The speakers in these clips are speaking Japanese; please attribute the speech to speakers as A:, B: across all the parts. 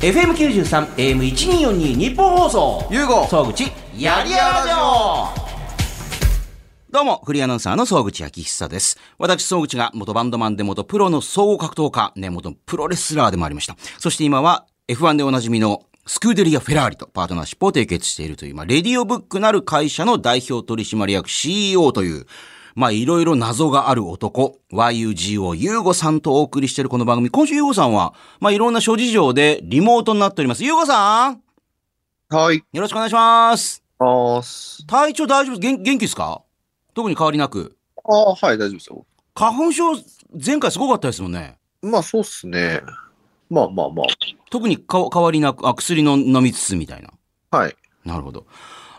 A: FM93 AM1242 日本放送
B: ゆうご
A: 総口やりやらじょどうも、フリーアナウンサーの総口昭久です。私、総口が元バンドマンで元プロの総合格闘家、ね、元プロレスラーでもありました。そして今は F1 でおなじみのスクーデリア・フェラーリとパートナーシップを締結しているという、まあ、レディオブックなる会社の代表取締役 CEO という、まあ、いろいろ謎がある男、YUGO ユーゴさんとお送りしているこの番組。今週ユーゴさんは、まあ、いろんな諸事情でリモートになっております。ユーゴさん
B: はい。
A: よろしくお願いします。
B: あー
A: 体調大丈夫元元気ですか特に変わりなく。
B: あー、はい、大丈夫ですよ。
A: 花粉症、前回すごかったですもんね。
B: まあ、そうっすね。まあまあま
A: 特にか変わりなく、あ、薬の飲みつつみたいな。
B: あ。はい。
A: なるほど。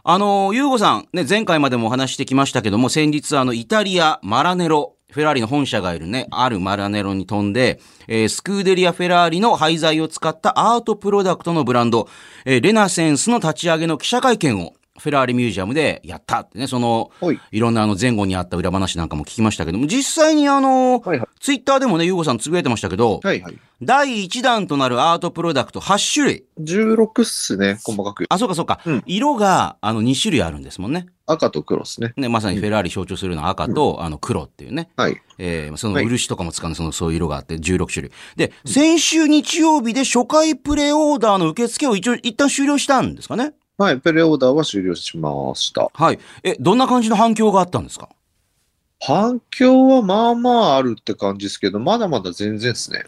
A: あの、ゆうごさん、ね、前回までもお話ししてきましたけども、先日、あの、イタリア、マラネロ、フェラーリの本社がいるね、あるマラネロに飛んで、えースクーデリア・フェラーリの廃材を使ったアートプロダクトのブランド、えーレナセンスの立ち上げの記者会見を、フェラーリミュージアムでやったってね、その、
B: はい。
A: いろんなあの前後にあった裏話なんかも聞きましたけども、実際にあの、
B: はいはい。
A: ツイッターでもね、ゆうごさんつぶやいてましたけど、
B: はいはい。
A: 第1弾となるアートプロダクト8種類。
B: 16っすね、細かく。
A: あ、そうかそうか。
B: うん
A: 色が、あの、2種類あるんですもんね。
B: 赤と黒っすね。
A: ね、まさにフェラーリ象徴するような赤と、あの、黒っていうね。
B: はい。
A: えーその
B: はい
A: 漆とかも使うその、そういう色があって、16種類。で、先週日曜日で初回プレオーダーの受付を一応、一旦終了したんですかね。
B: はい、プレオーダーは終了しました。
A: はい。え、どんな感じの反響があったんですか
B: 反響はまあまああるって感じですけど、まだまだ全然ですね。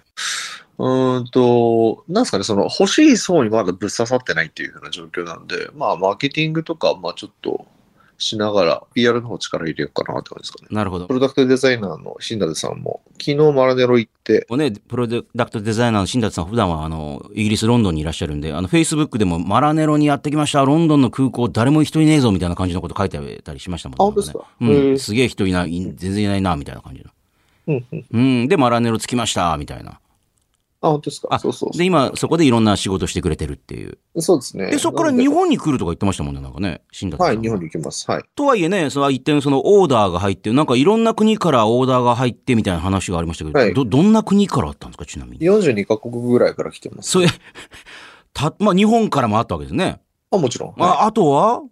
B: うーんと、なんすかね、その欲しい層にまだぶっ刺さってないっていうような状況なんで、まあマーケティングとか、まあちょっとしながら PR の方力入れようかなって感じですかね。
A: なるほど
B: プ。ロダクトデザイナーの新立さんも、昨日マラネロ行って、
A: ね、プロダクトデザイナーの新達さん、普段はあの、イギリス・ロンドンにいらっしゃるんで、あの、Facebook でもマラネロにやってきました、ロンドンの空港、誰も人いねえぞ、みたいな感じのこと書いてたりしましたもん
B: あ、本当です
A: なん
B: か
A: ねう
B: へ
A: ん、
B: え
A: すげえ人いない、い全然いないな、みたいな感じの。
B: うんうん。
A: うん、で、マラネロ着きました、みたいな。
B: あ、本当です
A: あ
B: かそうそう
A: で、今、そこでいろんな仕事してくれてるっていう。
B: そうですね。
A: で、そこから
B: なんで
A: 日本に来るとか言ってましたもんね、なんかね、新達さん。
B: はい、日本に行きます。はい。
A: とはいえね、その一点そのオーダーが入って、なんかいろんな国からオーダーが入ってみたいな話がありましたけど、
B: はい
A: ど、どんな国からあったんですか、ちなみに。
B: 42カ国ぐらいから来てます。
A: それ、 た、まあ、日本からもあったわけですね。
B: あ、もちろん。
A: ああとは、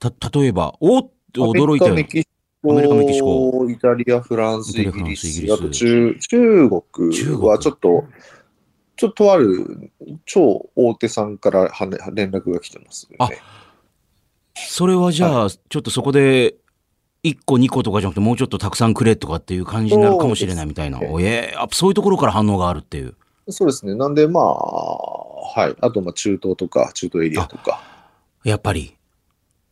A: た、例えば、おっと驚いた
B: ア
A: よ
B: メリカ、メキシ
A: ア
B: コ、
A: メリカメキシコ
B: イタリア、フランス、
A: イタ
B: イ
A: リア
B: ギ
A: フラン
B: リ
A: ス
B: ス、
A: イギリス
B: あと中中国
A: 中国
B: はちょっと、ちょっととある超大手さんからはね連絡が来てます、ね。
A: あそれはじゃあ、ちょっとそこで、1個2個とかじゃなくて、もうちょっとたくさんくれとかっていう感じになるかもしれないみたいな。
B: そうです
A: おえあそういうところから反応があるっていう。
B: そうですね。なんでまあ、はい。あとまあ中東とか、中東エリアとか。
A: やっぱり。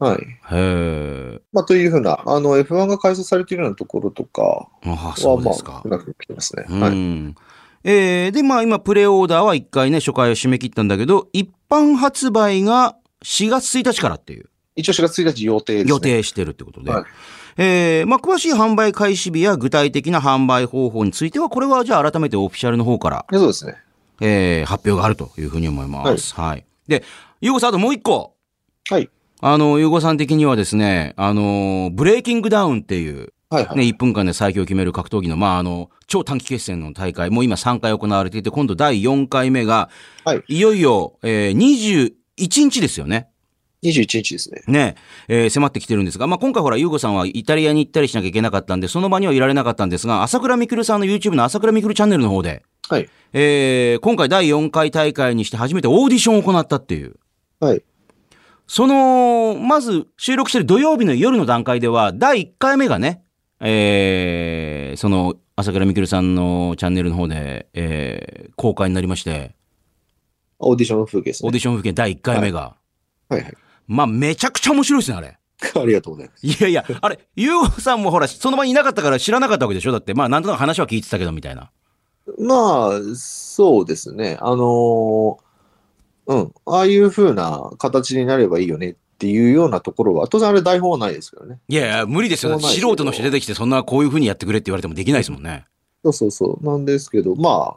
B: はい。
A: へえ。
B: まあというふうな、あの F1 が開催されているようなところとか
A: ああ、そ
B: は
A: うで
B: ます
A: か
B: あ、。なく来てますね。
A: う
B: はい。
A: ん。えーで、まあ今、プレオーダーは1回ね、初回を締め切ったんだけど、一般発売が4月1日からっていう。
B: 一応4月1日予定です、ね。
A: 予定してるってことで。
B: はい
A: えーまあ、詳しい販売開始日や具体的な販売方法については、これはじゃあ改めてオフィシャルの方から、
B: そうですね。
A: えー発表があるというふうに思います。はい。で、ゆうごさん、あともう一個。
B: はい。
A: あの、ゆうごさん的にはですね、あのーブレイキングダウンっていう、
B: はいはい。
A: ね、1分間で最強を決める格闘技の、まあ、あの、超短期決戦の大会、もう今3回行われていて、今度第4回目が、
B: はい
A: よいよ、えー、21日ですよね。
B: 21日ですね。
A: ね、えー迫ってきてるんですが、まあ、今回ほら、ゆうごさんはイタリアに行ったりしなきゃいけなかったんで、その場にはいられなかったんですが、朝倉未来さんの YouTube の朝倉未来チャンネルの方で、
B: はい。
A: えー今回第4回大会にして初めてオーディションを行ったっていう。
B: はい。
A: その、まず収録してる土曜日の夜の段階では、第1回目がね、えーその、朝倉未来さんのチャンネルの方で、えー公開になりまして、
B: オーディション風景です
A: オー
B: ね。
A: ディション付近第1回目が、
B: はいはい。
A: まあ、めちゃくちゃ面白いですね、あれ。
B: ありがとうございます。
A: いやいや、あれ、ゆうごさんもほら、その場にいなかったから知らなかったわけでしょだって、まあ、なんとなく話は聞いてたけど、みたいな。
B: まあ、そうですね。あのーうん。ああいう風な形になればいいよねっていうようなところは、当然あれ台本はないですけどね。
A: いやいや、無理ですよ。
B: そうなんです
A: 素
B: よ
A: 人の人出てきて、そんな、こういう風にやってくれって言われてもできないですもんね。
B: そうそうそう。なんですけど、まあ、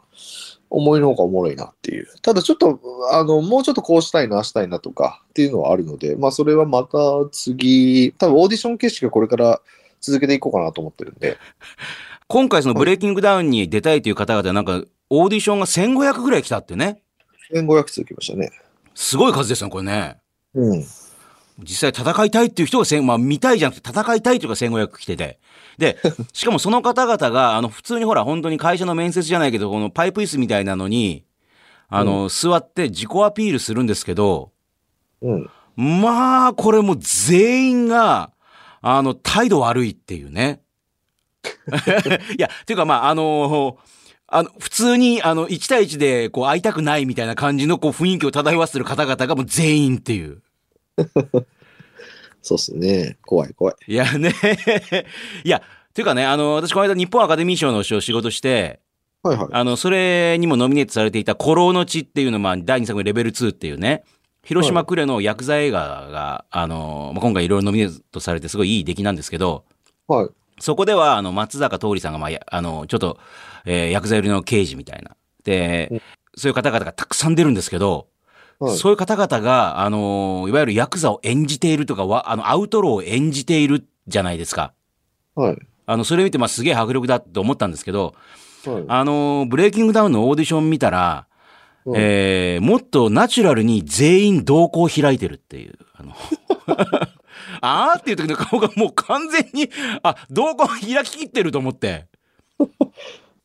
B: 思いのほかおもろいなっていう。ただちょっと、あの、もうちょっとこうしたいな、ああしたいなとかっていうのはあるので、まあそれはまた次、多分オーディション形式がこれから続けていこうかなと思ってるんで、
A: 今回、その、ブレイキングダウンに出たいという方々、なんか、オーディションが1500ぐらい来たってね。
B: 1500通来ましたね。
A: すごい数ですね、これね。
B: うん。
A: 実際戦いたいっていう人が1000、まあ見たいじゃなくて戦いたいというか1500来てて。 で、しかもその方々が、あの、普通にほら、本当に会社の面接じゃないけど、このパイプ椅子みたいなのに、あの、座って自己アピールするんですけど、
B: うん。
A: まあ、これもう全員が、あの、態度悪いっていうね。 いや、ていうかまあ、あのあの、普通に、あの、1対1で、こう、会いたくないみたいな感じの、こう、雰囲気を漂わせてる方々がもう全員っていう。
B: そうっすね。怖い怖い。
A: いやね。 いや、ていうかね、あの、私この間日本アカデミー賞の仕事して、
B: はいはい。
A: あの、それにもノミネートされていた、古老の地っていうの、まあ、第2作のレベル2っていうね、広島呉の薬剤映画が、あの、まあ今回いろいろノミネートされて、すごいいい出来なんですけど、
B: はい。
A: そこでは、あの、松坂桃李さんが、まあ、やあの、ちょっと、えー薬剤売りの刑事みたいな。
B: う
A: で、そういう方々がたくさん出るんですけど、
B: はい。
A: そういう方々が、あの、いわゆるヤクザを演じているとか、わあの、アウトローを演じているじゃないですか。
B: はい。
A: あの、それ見て、まあ、すげえ迫力だと思ったんですけど、
B: はい。
A: あの、ブレイキングダウンのオーディション見たら、
B: うん
A: えーもっとナチュラルに全員瞳孔開いてるっていう。あの あーっていう時の顔がもう完全に、あ、瞳孔開ききってると思って。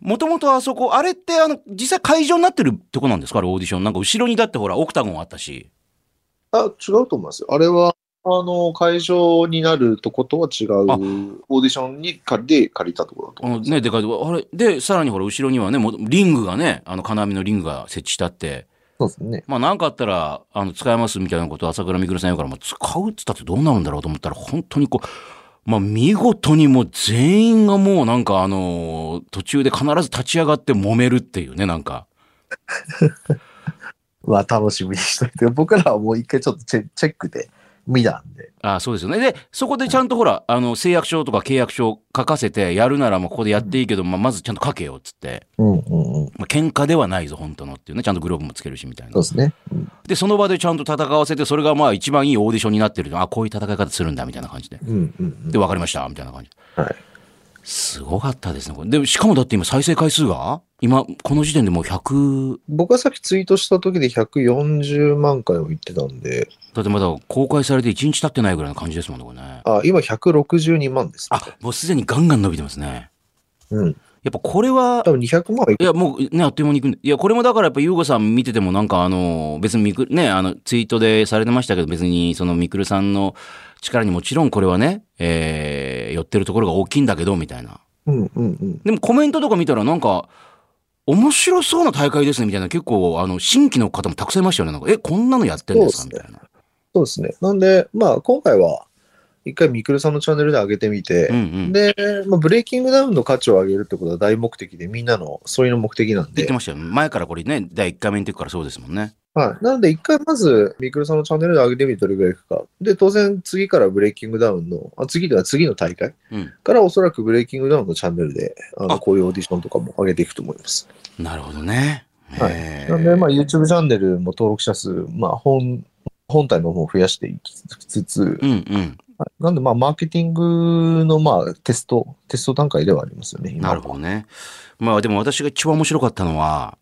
A: もともとあそこ、あれってあの、実際会場になってるとこなんですかあれオーディション。なんか後ろにだってほら、オクタゴンあったし。
B: あ、違うと思いますよ。あれは、あの、会場になるとことは違う、オ
A: あ
B: ーディションに借りで借りたところだと
A: あ
B: 思
A: の
B: います。
A: ね、でかいとこあれ、で、さらにほら、後ろにはね、もうリングがね、あの、金網のリングが設置したって。
B: そうですね。
A: まあ何かあったら、あの、使えますみたいなことを朝倉未来さん言うから、まあ、使うっつったってどうなるんだろうと思ったら、本当にこう、まあ見事にもう全員がもうなんかあのー途中で必ず立ち上がって揉めるっていうね、なんか。
B: まあ、楽しみにしといて、 僕らはもう一回ちょっとチェチェックで見たんで。
A: ああそうですよね。で、そこでちゃんとほら、あの、誓約書とか契約書書かせて、やるならもうここでやっていいけど、まあまずちゃんと書けよっつって、
B: うんうんうん。
A: まあ喧嘩ではないぞ、本当のっていうね、ちゃんとグローブもつけるしみたいな
B: そう。ですね。
A: で、その場でちゃんと戦わせて、それがまあ一番いいオーディションになってる。あ、こういう戦い方するんだ、みたいな感じで。
B: うんうん
A: で、わかりました、みたいな感じ。
B: はい。
A: すごかったですね、これ。でも、しかもだって今再生回数が、今、この時点でもう100、
B: 僕がさっきツイートした時で140万回を言ってたんで、
A: だってまだ公開されて1日経ってないぐらいの感じですもんね、これね。
B: あ、今162万です、ね。
A: あ、もうすでにガンガン伸びてますね。
B: うん。
A: やっぱこれは
B: 多、分200万はい
A: いや、もうね、あっという間に行くんで。いや、これもだからやっぱ、ゆうごさん見ててもなんか、あの、別にみく、ね、あの、ツイートでされてましたけど、別に、その、みくるさんの力にもちろんこれはね、えー、寄ってるところが大きいんだけど、みたいな。
B: うんうんうん。
A: でもコメントとか見たらなんか、面白そうな大会ですねみたいな、結構、あの、新規の方もたくさんいましたよね。なんか、え、こんなのやってんですか
B: そう
A: み
B: で
A: た
B: す
A: いな。
B: そうですね。なんで、まあ、今回は、一回みくるさんのチャンネルで上げてみて、
A: うんうん。
B: で、まあ、ブレイキングダウンの価値を上げるってことは大目的で、みんなのそういうの目的なん
A: 言っ
B: で
A: て、ましたよ。前からこれね、第1回目の時からそうですもんね。
B: はい。なので、一回まず、みくるさんのチャンネルで上げてみてどれぐらいいくか。で、当然、次からブレイキングダウンの、あ次では次の大会
A: うん
B: から、おそらくブレイキングダウンのチャンネルで、あ
A: あ
B: のこういうオーディションとかも上げていくと思います。
A: なるほどね。
B: はい
A: えー
B: なんで、まあ、YouTube チャンネルも登録者数、まあ、本、本体の方を増やしていきつつ
A: う、んうん。
B: なんで、まあ、マーケティングの、まあ、テスト、テスト段階ではありますよね、今
A: なるほどね。まあでも私が一番面白かったのは、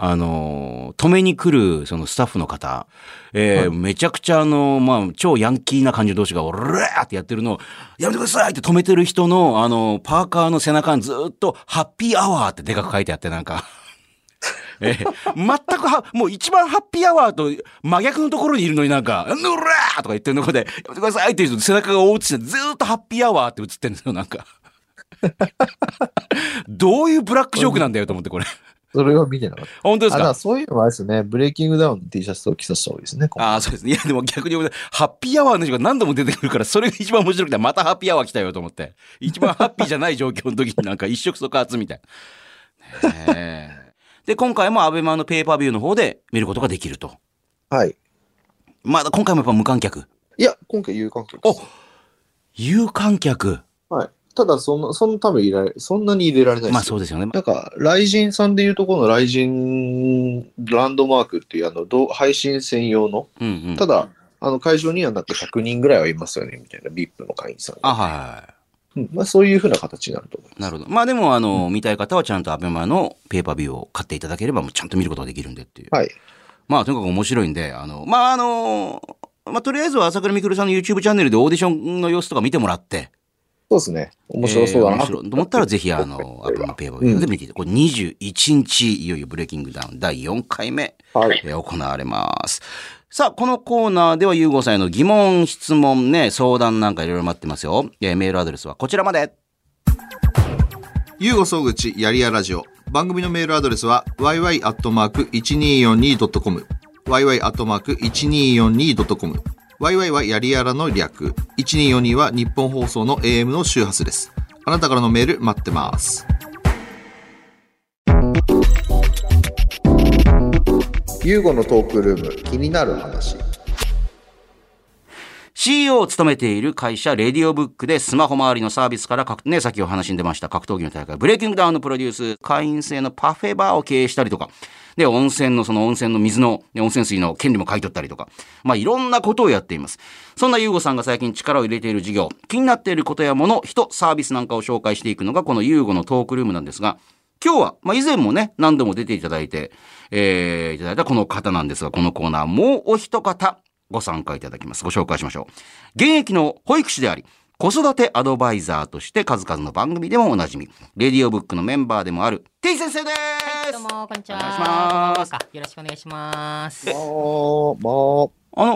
A: あのー、止めに来るそのスタッフの方、えー
B: はい
A: めちゃくちゃあのー、まあ超ヤンキーな感じの同士が、おらーってやってるのを、やめてくださいって止めてる人の、あのー、パーカーの背中にずーっと、ハッピーアワーってでかく書いてあって、なん か。えー全くは、もう一番ハッピーアワーと真逆のところにいるのになんか、うらーとか言ってるのこで、やめてくださいっていう人の背中が落ちて、ずーっとハッピーアワーって映ってるんですよ、なんか。どういうブラックジョークなんだよと思って、これ。
B: それは見てなかった。
A: 本当です
B: あだから
A: か
B: そういうのはあれですね、ブレイキングダウンの T シャツを着させた方がいいですね。今回
A: ああ、そうですね。いや、でも逆に俺、ハッピーアワーの人が何度も出てくるから、それが一番面白くて、またハッピーアワー来たよと思って。一番ハッピーじゃない状況の時になんか一触即発みたいな。ねえで、今回もアベマのペーパービューの方で見ることができると。
B: はい。
A: まだ今回もやっぱ無観客。
B: いや、今回有観客です。
A: 有観客。
B: はい。ただその、そのため入れられ、そんなに入れられないですよ。
A: まあそうですよね。
B: なんか、雷神さんでいうところの雷神ランドマークっていう、あの、どう配信専用の、
A: うんうん。
B: ただ、あの、会場にはなって100人ぐらいはいますよね、みたいな、VIP の会員さんが。
A: あ、はいはいは
B: うんまあ、そういうふうな形になると思い
A: い。なるほど。まあでも、あの、見たい方はちゃんとアベマのペーパービューを買っていただければ、もうちゃんと見ることができるんでっていう。
B: ます。はい。
A: まあ、とにかく面白いんで、あの、まあ、あの、まあ、とりあえずは朝倉未来さんの YouTube チャンネルでオーディションの様子とか見てもらって、
B: そうですね。面白そうだ
A: えー面
B: な。
A: 白いと思ったら、ぜひ、あの、アップのペーパーで見ていて、これ21日、いよいよブレイキングダウン第4回目、
B: はい。
A: えー行われます。さあ、このコーナーでは、ゆうごさんへの疑問、質問ね、相談なんかいろいろ待ってますよ。えーメールアドレスはこちらまで。
C: ゆうご総口やりやラジオ。番組のメールアドレスは yy.1242.com。yy.1242.com。yy はやりやらの略。1242は日本放送の AM の周波数です。あなたからのメール待ってます。
B: ユーゴのトークルーム、気になる話。
A: CEO を務めている会社、レディオブックでスマホ周りのサービスから格、ね、さっきお話に出ました格闘技の大会、ブレイキングダウンのプロデュース、会員制のパフェバーを経営したりとか、で、温泉のその温泉の水の、ね温泉水の権利も買い取ったりとか、まあいろんなことをやっています。そんなユーゴさんが最近力を入れている事業、気になっていることやもの、人、サービスなんかを紹介していくのがこのユーゴのトークルームなんですが、今日は、まあ、以前もね、何度も出ていただいて、えー、いただいたこの方なんですが、このコーナー、もうお一方、ご参加いただきます。ご紹介しましょう。現役の保育士であり、子育てアドバイザーとして数々の番組でもおなじみ、レディオブックのメンバーでもある、てぃ先生です、
D: どうもこんにちは。
A: お願いします
D: こんばんはよろしくお願いします
B: ま。あ、
A: あ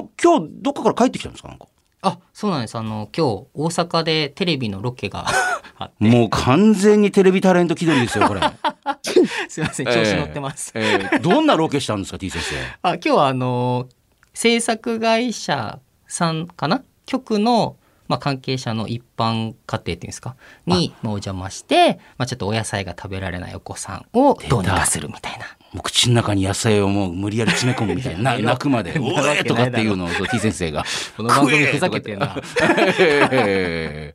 A: の、今日、どっかから帰ってきたんですかなんか。
D: あ、そうなんです。あの今日大阪でテレビのロ ケがあって、
A: もう完全にテレビタレント気取りですよ、これ。
D: すいません調子乗ってます。
A: えーえーどんなロケしたんですか、てぃ先生。
D: あ、今日はあの制作会社さんかな局のまあ関係者の一般家庭っていうんですかにまあお邪魔して、まあちょっとお野菜が食べられないお子さんをどうにかするみたいな。
A: もう口の中に野菜をもう無理やり詰め込むみたいな、な泣くまで、
D: な
A: お
D: わ
A: え
D: け
A: と
D: な
A: か
D: いだろう
A: っていうのを、そう T 先生 が。
D: この番組ふざけてるな。
A: ええ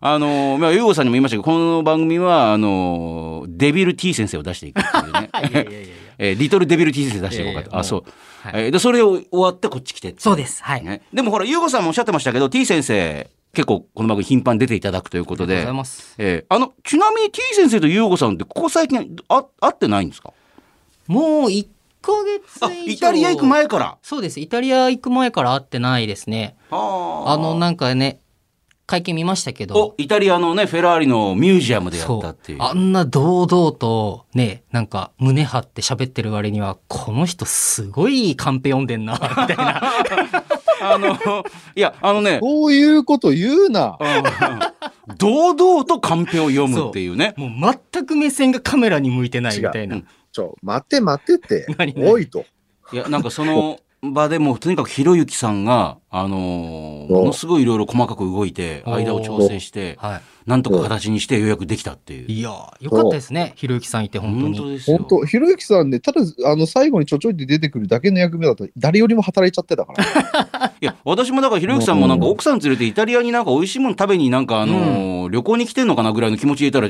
A: あの、まあ、ゆうごさんにも言いましたけど、この番組は、あの、デビル T 先生を出していくっていう ね。
D: いやいやいやいや。
A: えーリトルデビル T 先生出していこうかと。
D: いやいや
A: あ、そう。
D: はい
A: えーで、それを終わってこっち来てってい
D: そうです。はい。
A: ね。でもほら、ゆうごさんもおっしゃってましたけど、T 先生、結構この番組頻繁に出ていただくということ
D: ありがと
A: で
D: うござい。ます。
A: えーあの、ちなみに T 先生とゆうごさんって、ここ最近あ会ってないんですか
D: もう1ヶ
A: あ
D: 月以上
A: イタリア行く前から。
D: そうですイタリア行く前から会ってないですね
A: あ
D: あのなんかね会見見ましたけ
A: お
D: ど
A: イタリアのねフェラーリのミュージアムでや
D: そ
A: ったっていうう
D: あんな堂々とねなんか胸張って喋ってる割にはこの人すごいカンペ読んでん なみたいな
A: あのいやあのね
B: そういうこと言うな。
A: うん堂々とカンペを読むっていうね
D: もう全く目線がカメラに向いてないみたいな
A: 違う
B: ちょ、待て待て って
D: 何、何
B: おいと。
A: いやなんかその場でもうとにかくひろゆきさんがあのーものすごいいろいろ細かく動いて
D: お
A: 間を調整して
D: は
A: なんとか形にしてようやくできたっていう
D: い、いやーよかったですねひろゆきさんいて本当
A: 本
D: に
A: 当ですよ
B: 本当ひろゆきさんね、ただ、あの、最後にちょちょいって出てくるだけの役目だと、誰よりも働いちゃってたから。
A: いや私もだからひろゆきさんもなんか奥さん連れてイタリアになんか美味しいもの食べになんかあのー旅行に来てんのかなぐらいの気持ちでいたら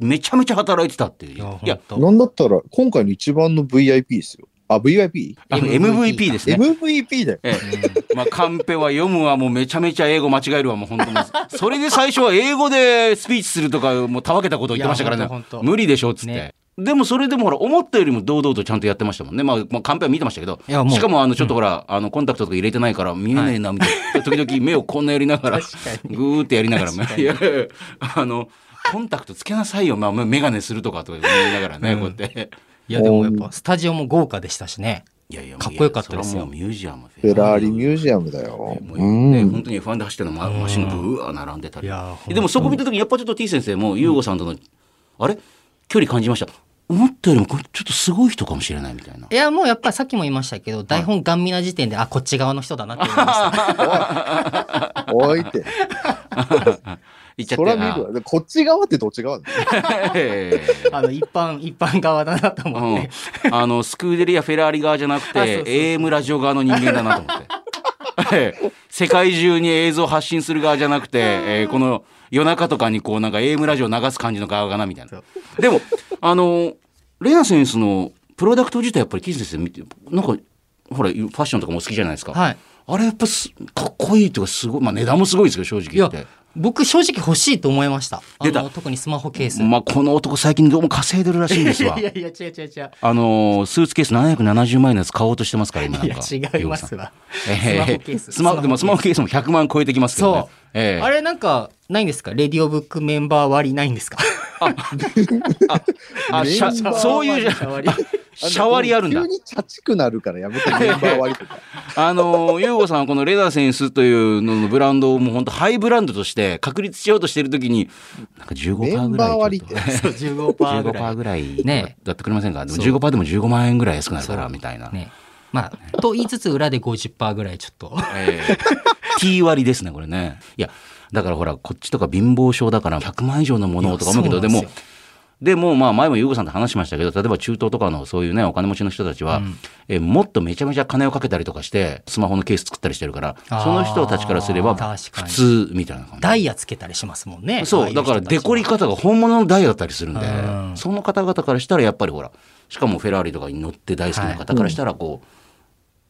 A: めちゃめちゃ働いてたって いう
D: いや
A: いや
D: 本当
B: なんだったら、今回の一番の VIP ですよ。あ、VIP?MVP
A: あの
D: MVP
A: MVP ですね
B: だよ。
A: ええ、まあカンペは読むわもうめちゃめちゃ英語間違えるわもう本当にそれで最初は英語でスピーチするとかもうたわけたこと言ってましたから
D: いやほん
A: ね
D: とほんと
A: 無理でしょっつって、
D: ね
A: でもそれでもほら思ったよりも堂々とちゃんとやってましたもんねまあ、まあ、カンペは見てましたけど
D: いやもう
A: しかもあのちょっとほら、あのコンタクトとか入れてないから見えねえなみたいな、時々目をこんなやりながら
D: 確かに
A: ぐーってやりながら
D: 確か
A: い
D: に
A: やいやいやあのコンタクトつけなさいよ、まあ、メガネするとかとか言いながらね、
D: うん
A: こうやって。
D: いやでもやっぱスタジオも豪華でしたしね
A: いやいや
D: かっこよかったですよ
A: それはもうミュージアム
B: フェラーリミュージアムだよ。
A: もう
B: う ん。
A: ね、本当に F1 で走ってるのママシンがブワー並んでたり
D: いやー
A: でもそこ見た時にやっぱちょっと T 先生も優吾さんとの、あれ距離感じました思ったよりもこれちょっとすごい人かもしれないみたいない
D: やもうやっぱさっきも言いましたけど台本ガン見な時点であこっち側の人だなって思いました
B: おいって。
A: 言っちゃっ
B: そ
A: て
B: ら見るわ。でこっち側ってどっち側だよ
A: ええ
D: あの一般一般側だなと思って、
A: うん、 あのスクーデリアフェラーリ側じゃなく
D: あそうそ
A: て
D: うそう
A: AM ラジオ側の人間だなと思って ええ世界中に映像発信する側じゃなくて、ええこの夜中とかにこうなんか AM ラジオ流す感じの側かなみたいなでもあのレナセンスのプロダクト自体やっぱりキズ先生見てなんかほらファッションとかもお好きじゃないですか、
D: はい
A: あれやっぱすかっこいいとかすごいまあ値段もすごいですけど正直言って
D: 僕正直欲しいと思いました。あ
A: 出た
D: の特にスマホケース。
A: まあ、この男最近どうも稼いでるらしいんですわ
D: い。やいや違う違う違う。
A: あのースーツケース770万円のやつ買おうとしてますから、今なん
D: い
A: か。
D: や違いま
A: 洋子さ
D: す
A: ん。
D: わ。
A: え
D: スマホケース
A: スマホでもスマホケースも100万超えてきますけどね
D: そう。
A: ええ
D: あれなんかないんですかレディオブックメンバー割ないんですか
A: あシャ
B: メンバー
A: そういうじゃ、
D: 割
A: シャワリあるんだ
B: 急。にチャチくなるからや めて、メンバー割とか。
A: あのー、ユーゴさんはこのレダーセンスというののブランドをもう本当ハイブランドとして確立しようとしてるときに、なんか15%ぐらい。
B: メンバー割って。
D: そう15%ぐら
A: 15%
D: い。
A: ぐらい
D: ね
A: だってくれませんか、でも
D: そう
A: 15%でも15万円ぐらい安くなるから
D: そう
A: みたいな、
D: ね。まあ、と言いつつ裏で50%ぐらいちょっと。
A: ええ T 割ですねこれねいやだからほらこっちとか貧乏症だから100万以上のものをとか思うけど
D: いや
A: で
D: そうなん
A: も
D: です
A: でもまあ前も優子さんと話しましたけど例えば中東とかのそういうねお金持ちの人たちは、えもっとめちゃめちゃ金をかけたりとかしてスマホのケース作ったりしてるから
D: あー
A: その人たちからすれば
D: 確かに
A: 普通みたいな感じ
D: ダイヤつけたりしますもんね。ああ
A: そ
D: いう
A: だ
D: 人た
A: から
D: ち
A: デコり方が本物のダイヤだったりするんで
D: うん
A: その方々からしたらやっぱりほらしかもフェラーリとかに乗って大好きな方からしたらこう、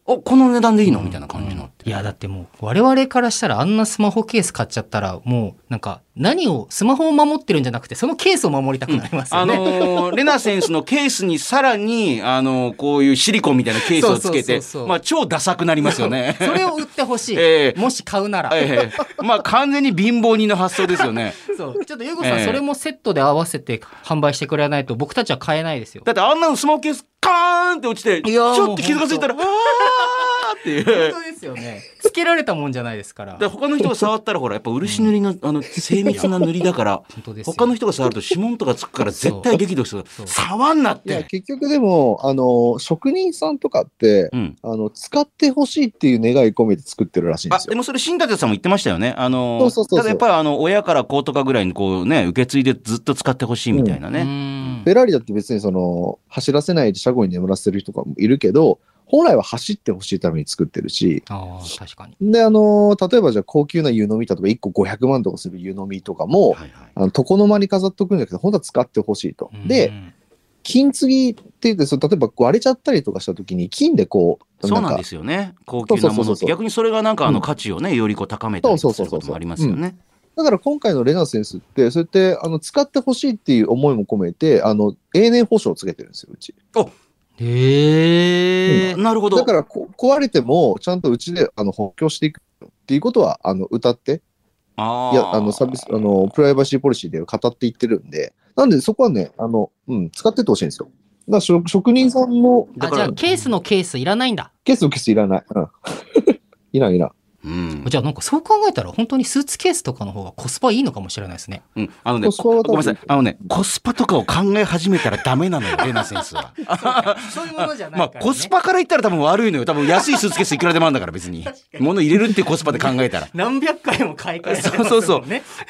A: おこの値段でいいのみたいな感じのって、
D: いやだってもう我々からしたらあんなスマホケース買っちゃったらもうなんか何をスマホを守ってるんじゃなくてそのケースを守りたくなります
A: あ
D: よね。
A: のーレナセンスのケースにさらに、あのーこういうシリコンみたいなケースをつけ
D: そうそうそ
A: て
D: うそう
A: まあ超ダサくなりますよね。
D: それを売ってほしい、
A: ええ
D: もし買うなら、
A: ええまあ完全に貧乏人の発想ですよね。
D: そうちょっとゆうごさん、
A: ええ
D: それもセットで合わせて販売してくれないと僕たちは買えないですよ
A: だってあんなのスマホケースカーンって落ちて
D: い
A: ち
D: やー
A: ょっと傷がついたら「あー!」っていう。
D: 本当ですよねつけられたもんじゃないですから
A: で
D: 本
A: 他の人が触ったらほらやっぱ漆塗りのあの精密な塗りだから
D: 当ですよ
A: 他の人が触ると指紋とかつくから絶対激怒する
D: そう
A: 触んなっ
B: いや、
A: て
B: 結局でも、あの、職人さんとかって、
A: うん
B: あの、使ってほしいっていう願い込めて作ってるらしいんで
A: あ
B: す
A: で
B: よ。
A: もそれ新舘さんも言ってましたよねあの
B: そうそうそうそう
A: ただやっぱりあの親から子とかぐらいにこうね受け継いでずっと使ってほしいみたいな
D: う
A: ね、
D: ん
B: フェラーリだって別にその、走らせないで車庫に眠らせてる人とかもいるけど、本来は走ってほしいために作ってるし、
D: ああ確かに
B: で、あの、例えばじゃあ高級な湯飲みだとか、1個500万とかする湯飲みとかも、
A: はいはい
B: あの床の間に飾っとくんじゃなくて、本当は使ってほしいと。
D: う
B: で、
D: ん
B: 金継ぎって言って、その例えば割れちゃったりとかした時に、金でこう、
A: そうなん
B: か
A: ですよね高級なもの
B: そうそうそう
A: って
B: そう
A: 逆にそれがなんかあ
B: う
A: の
B: ん
A: 価値をねよりこう高めたりす
B: そう
A: る
B: そう
A: こ
B: そうそう
A: ともありますよね
B: だから今回のレナセンスって、そうやってあの使ってほしいっていう思いも込めて、あの永年保証をつけてるんですよ、うち。
D: へえ、
A: なるほど
B: だからこ壊れても、ちゃんとうちであの補強していくっていうことは、あの歌って、
A: あ
B: いや、あのサービス、あのプライバシーポリシーで語っていってるんで、なんでそこはね、あの、うん、使ってってほしいんですよ。だから職職人さんの
A: だ
D: あ
A: か
D: じ
A: ら
D: ゃあケースのケースいらないんだ
B: ケースを消すいらない。うん いらんいらん。
A: うん
D: じゃあなんかそう考えたら本当にスーツケースとかの方がコスパいいのかもしれないですね
A: うん、あのね
B: コスパは
A: こご
B: 多分
A: めんなさいあのねコスパとかを考え始めたらダメなのよレナセンス は。
D: そういうものじゃ
A: まあ、コスパから言ったら多分悪いのよ。多分安いスーツケースいくらでもあるんだから別に。物入れるってコスパで考えたら。
D: 何百回も買い替え
A: そうそうそう。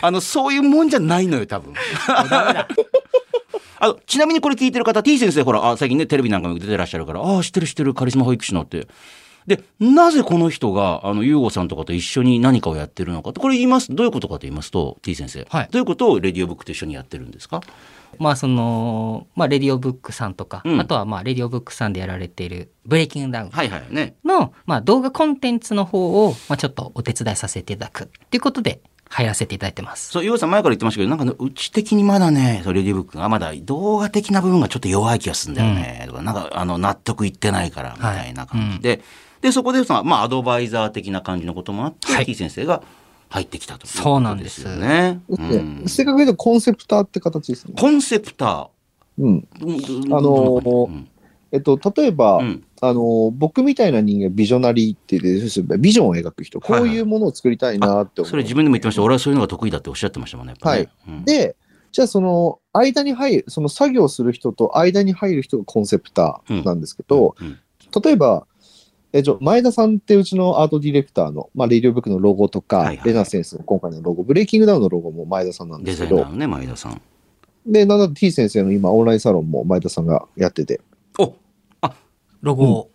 A: あの、そういうもんじゃないのよ、多分。 あの、ちなみにこれ聞いてる方、T 先生、ほら、あ最近ね、テレビなんかも出てらっしゃるから、ああ、知ってる知ってる、カリスマ保育士のって。で、なぜこの人が、あの、ゆうごさんとかと一緒に何かをやってるのかって、これ言います、どういうことかと言いますと、T 先生。
D: はい
A: どういうことをレディオブックと一緒にやってるんですか
D: まあその、まあ、レディオブックさんとか、
A: うん
D: あとはまあレディオブックさんでやられているブレイキングダウン
A: はいはいね。
D: の、まあ、動画コンテンツの方を、まあ、ちょっとお手伝いさせていただくっていうことで入らせていただいてます。
A: そう、ゆうさん前から言ってましたけど、なんかね、うち的にまだね、そうレディーブックがまだ動画的な部分がちょっと弱い気がするんだよね、とか、なんか、あの、納得いってないから、みたいな感じで、で、そこでさ、まあ、アドバイザー的な感じのこともあって、
D: はい
A: てぃ先生が入ってきたという
D: そうなんです
A: ことよね。うん
B: で正確に言うとコンセプターって形ですね。
A: コンセプタ
B: うん。
A: ー。
B: あのー
A: うん
B: えっと、例えば、
A: うん
B: あの、僕みたいな人間、ビジョナリーって言って、そうですビジョンを描く人、こういうものを作りたいなって思う。
A: それ自分でも言ってました。俺はそういうのが得意だっておっしゃってましたもんね。やっぱねうん
B: で、じゃあその、間に入る、その作業する人と間に入る人がコンセプターなんですけど、
A: うんうん
B: 例えば、え、じゃあ前田さんってうちのアートディレクターの、まあ、レイディオブックのロゴとか、
A: はいはい
B: レナセンスの今回のロゴ、ブレイキングダウンのロゴも前田さんなんで
A: デ
B: す
A: ザ
B: け
A: イナー
B: ど、
A: のね、前田さん。
B: で、なんだって T 先生の今オンラインサロンも前田さんがやってて、
A: お
D: ロゴを。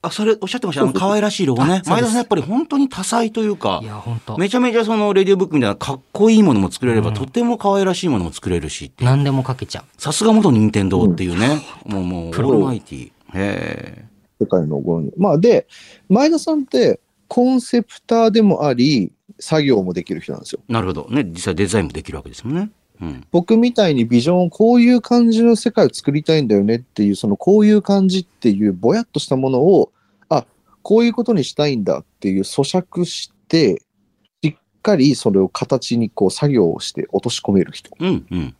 A: あ、それおっしゃってました。あの、可愛らしいロゴ
D: あそう
A: ね
D: で。す
A: 前田さんやっぱり本当に多彩というか
D: い。や、本当
A: めちゃめちゃそのレディオブックみたいなかっこいいものも作れれば、
D: うん
A: とても可愛らしいものも作れるしっていう
D: 何でもかけちゃう。
A: さすが元任天堂っていうね、もうもうオ
B: プロ
A: ールマイティーへ
B: 世界のロゴに。まあ、で、前田さんってコンセプターでもあり、作業もできる人なんですよ。
A: なるほど。ね、実際デザインもできるわけですもんね。うん。
B: 僕みたいにビジョンをこういう感じの世界を作りたいんだよねっていう、そのこういう感じっていうぼやっとしたものを、あ、こういうことにしたいんだっていう咀嚼して、しっかりそれを形にこう作業をして落とし込める人。
A: うん、うん。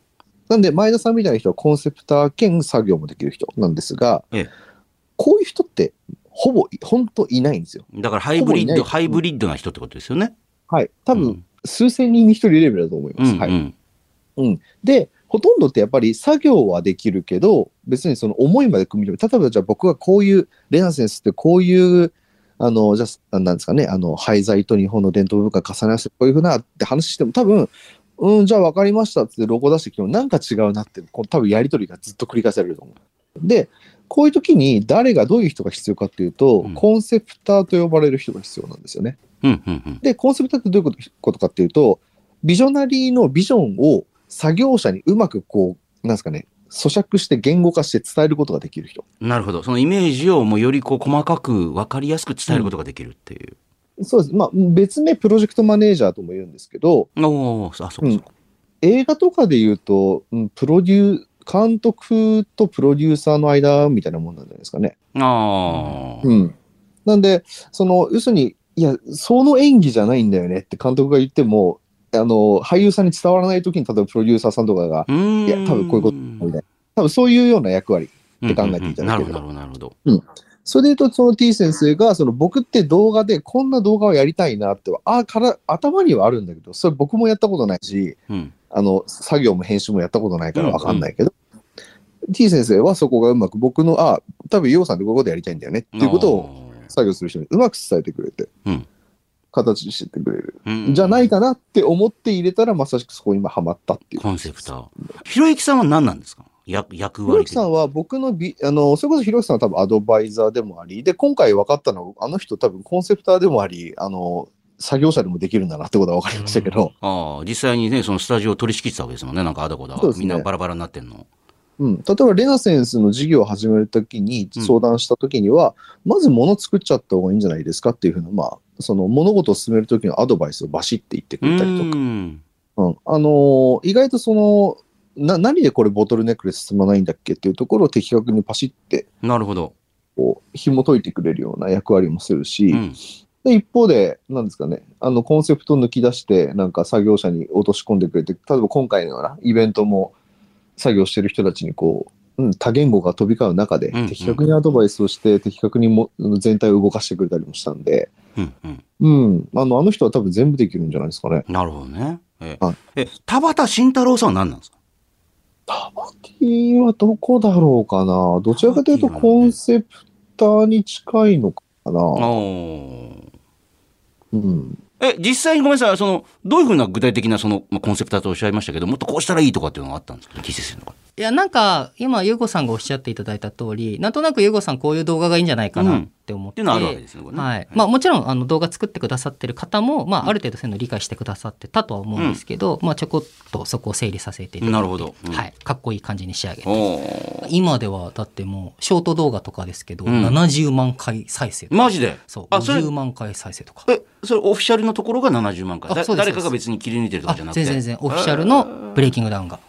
B: なんで前田さんみたいな人はコンセプター兼作業もできる人なんですが、
A: ええ
B: こういう人ってほぼ、ほんといないんですよ。
A: だからハイブリッ
B: ほぼいな
A: ド、
B: い
A: ハイブリッドな人ってことですよね。
B: はい。多
A: う
B: 分
A: ん、
B: 数千人に一人レベルだと思い
A: うん
B: ます。はい。で、ほとんどってやっぱり作業はできるけど、別にその思いまで組み立てる。例えばじゃあ僕はこういう、レナセンスってこういう、あの、じゃあ、なんですかね、あの、廃材と日本の伝統文化重ね合わせてこういうふうなって話しても多分、うん、じゃあ分かりましたっつってロゴ出してきてもなんか違うなって、こう多分やりとりがずっと繰り返されると思う。で、こういう時に誰がどういう人が必要かっていうと、
A: うん
B: コンセプターと呼ばれる人が必要なんですよね。
A: うん、うん、うん。
B: で、コンセプトってどういうことことかっていうと、ビジョナリーのビジョンを作業者にうまくこう、なんですかね、咀嚼して言語化して伝えることができる人。
A: なるほど。そのイメージをもうよりこう細かく分かりやすく伝えることができるっていう。
B: そうです。まあ、別名プロジェクトマネージャーとも言うんですけど、
A: おお、あ、そうかそうか。
B: 映画とかで言うと、うんプロデュー、監督とプロデューサーの間みたいなもんなんじゃないですかね。
A: ああ、
B: うん。なんで、その、要するに、いや、その演技じゃないんだよねって監督が言っても、あの、俳優さんに伝わらないときに、例えばプロデューサーさんとかが、
A: うーん。
B: いや多分こういうことみたいな。多分そういうような役割。って考えていただければ
A: うんうんうんなるほど、なるほど。
B: それで言うと、その T 先生が、その僕って動画でこんな動画をやりたいなっては、あーから、頭にはあるんだけど、それ僕もやったことないし、
A: うん。
B: あの、作業も編集もやったことないからわかんないけど、T 先生はそこがうまく僕の、あー多分、ようさんってこういうことやりたいんだよねっていうことを作業する人にうまく伝えてくれて、
A: うん
B: 形にしてってくれる。
A: あー、
B: じゃない
A: か。
B: かなって思って入れたら、まさしくそこに今ハマったっていう。
A: コンセプター。ひろゆきさんは何なんですか役役
B: ひろゆ
A: 割
B: きさんは僕のビ、あの、それこそひろゆきさんは多分アドバイザーでもあり、で、今回分かったのは、あの人多分コンセプターでもあり、あの、作業者でもできるんだなってことは分かりましたけど、
A: ああ、実際にね、そのスタジオを取り仕切ってたわけですもんね。なんかあだこだ、
B: そうです
A: み
B: ね
A: んなバラバラになってんの。
B: うん。例えば、レナセンスの事業を始めるときに
A: うん
B: 相談したときには、まず物作っちゃった方がいいんじゃないですかっていうふうな、まあ、その物事を進めるときのアドバイスをバシって言ってく
A: う
B: れたりとか、
A: ーん。
B: うん、あのー意外とその、な、何でこれボトルネックレス進まないんだっけっていうところを的確にパシって、
A: なるほど。
B: こう、紐解いてくれるような役割もするし、
A: うん。
B: で、一方で、なんですかね、あの、コンセプトを抜き出して、なんか作業者に落とし込んでくれて、例えば今回のようなイベントも、作業してる人たちにこう、うん、多言語が飛び交う中で
A: うんうん、
B: 的確にアドバイスをして、的確にも全体を動かしてくれたりもしたんで、
A: うん。うん。
B: うん、あの、あの人は多分全部できるんじゃないですかね。
A: なるほどね。え
B: はい、
A: え田畑慎太郎さんは何なんですか
B: タバティはどこだろうかな。どちらかというと
A: タバティはね
B: コンセプターに近いのか
A: あ
B: な。
A: あ。
B: うん。
A: え、実際にごめんなさい、その、どういうふうな具体的なその、まあ、コンセプターとおっしゃいましたけど、もっとこうしたらいいとかっていうのがあったんですか、先生の中で
D: いやなんか今ゆうこさんがおっしゃっていただいた通りなんとなくゆうこさんこういう動画がいいんじゃないかなって思
A: っ
D: っ、
A: てていうのはあるわけですよね、これね
D: はいまあ、もちろんあの動画作ってくださってる方も、まあ、ある程度そういうの理解してくださってたとは思うんですけど、まあ、ちょこっとそこを整理させていただいて
A: なるほどうん
D: はい、かっこいい感じに仕上げて
A: おー
D: 今ではだってもうショート動画とかですけど、
A: うん
D: 70万回再生とか
A: マジで
D: そう
A: あ、それ、
D: 50万回再生とか
A: え、それオフィシャルのところが70万回。
D: あ
A: だ
D: そうです
A: 誰かが別に切り抜いてると
D: あ
A: かじゃなくて。
D: 全然全然オフィシャルのブレイキングダウンが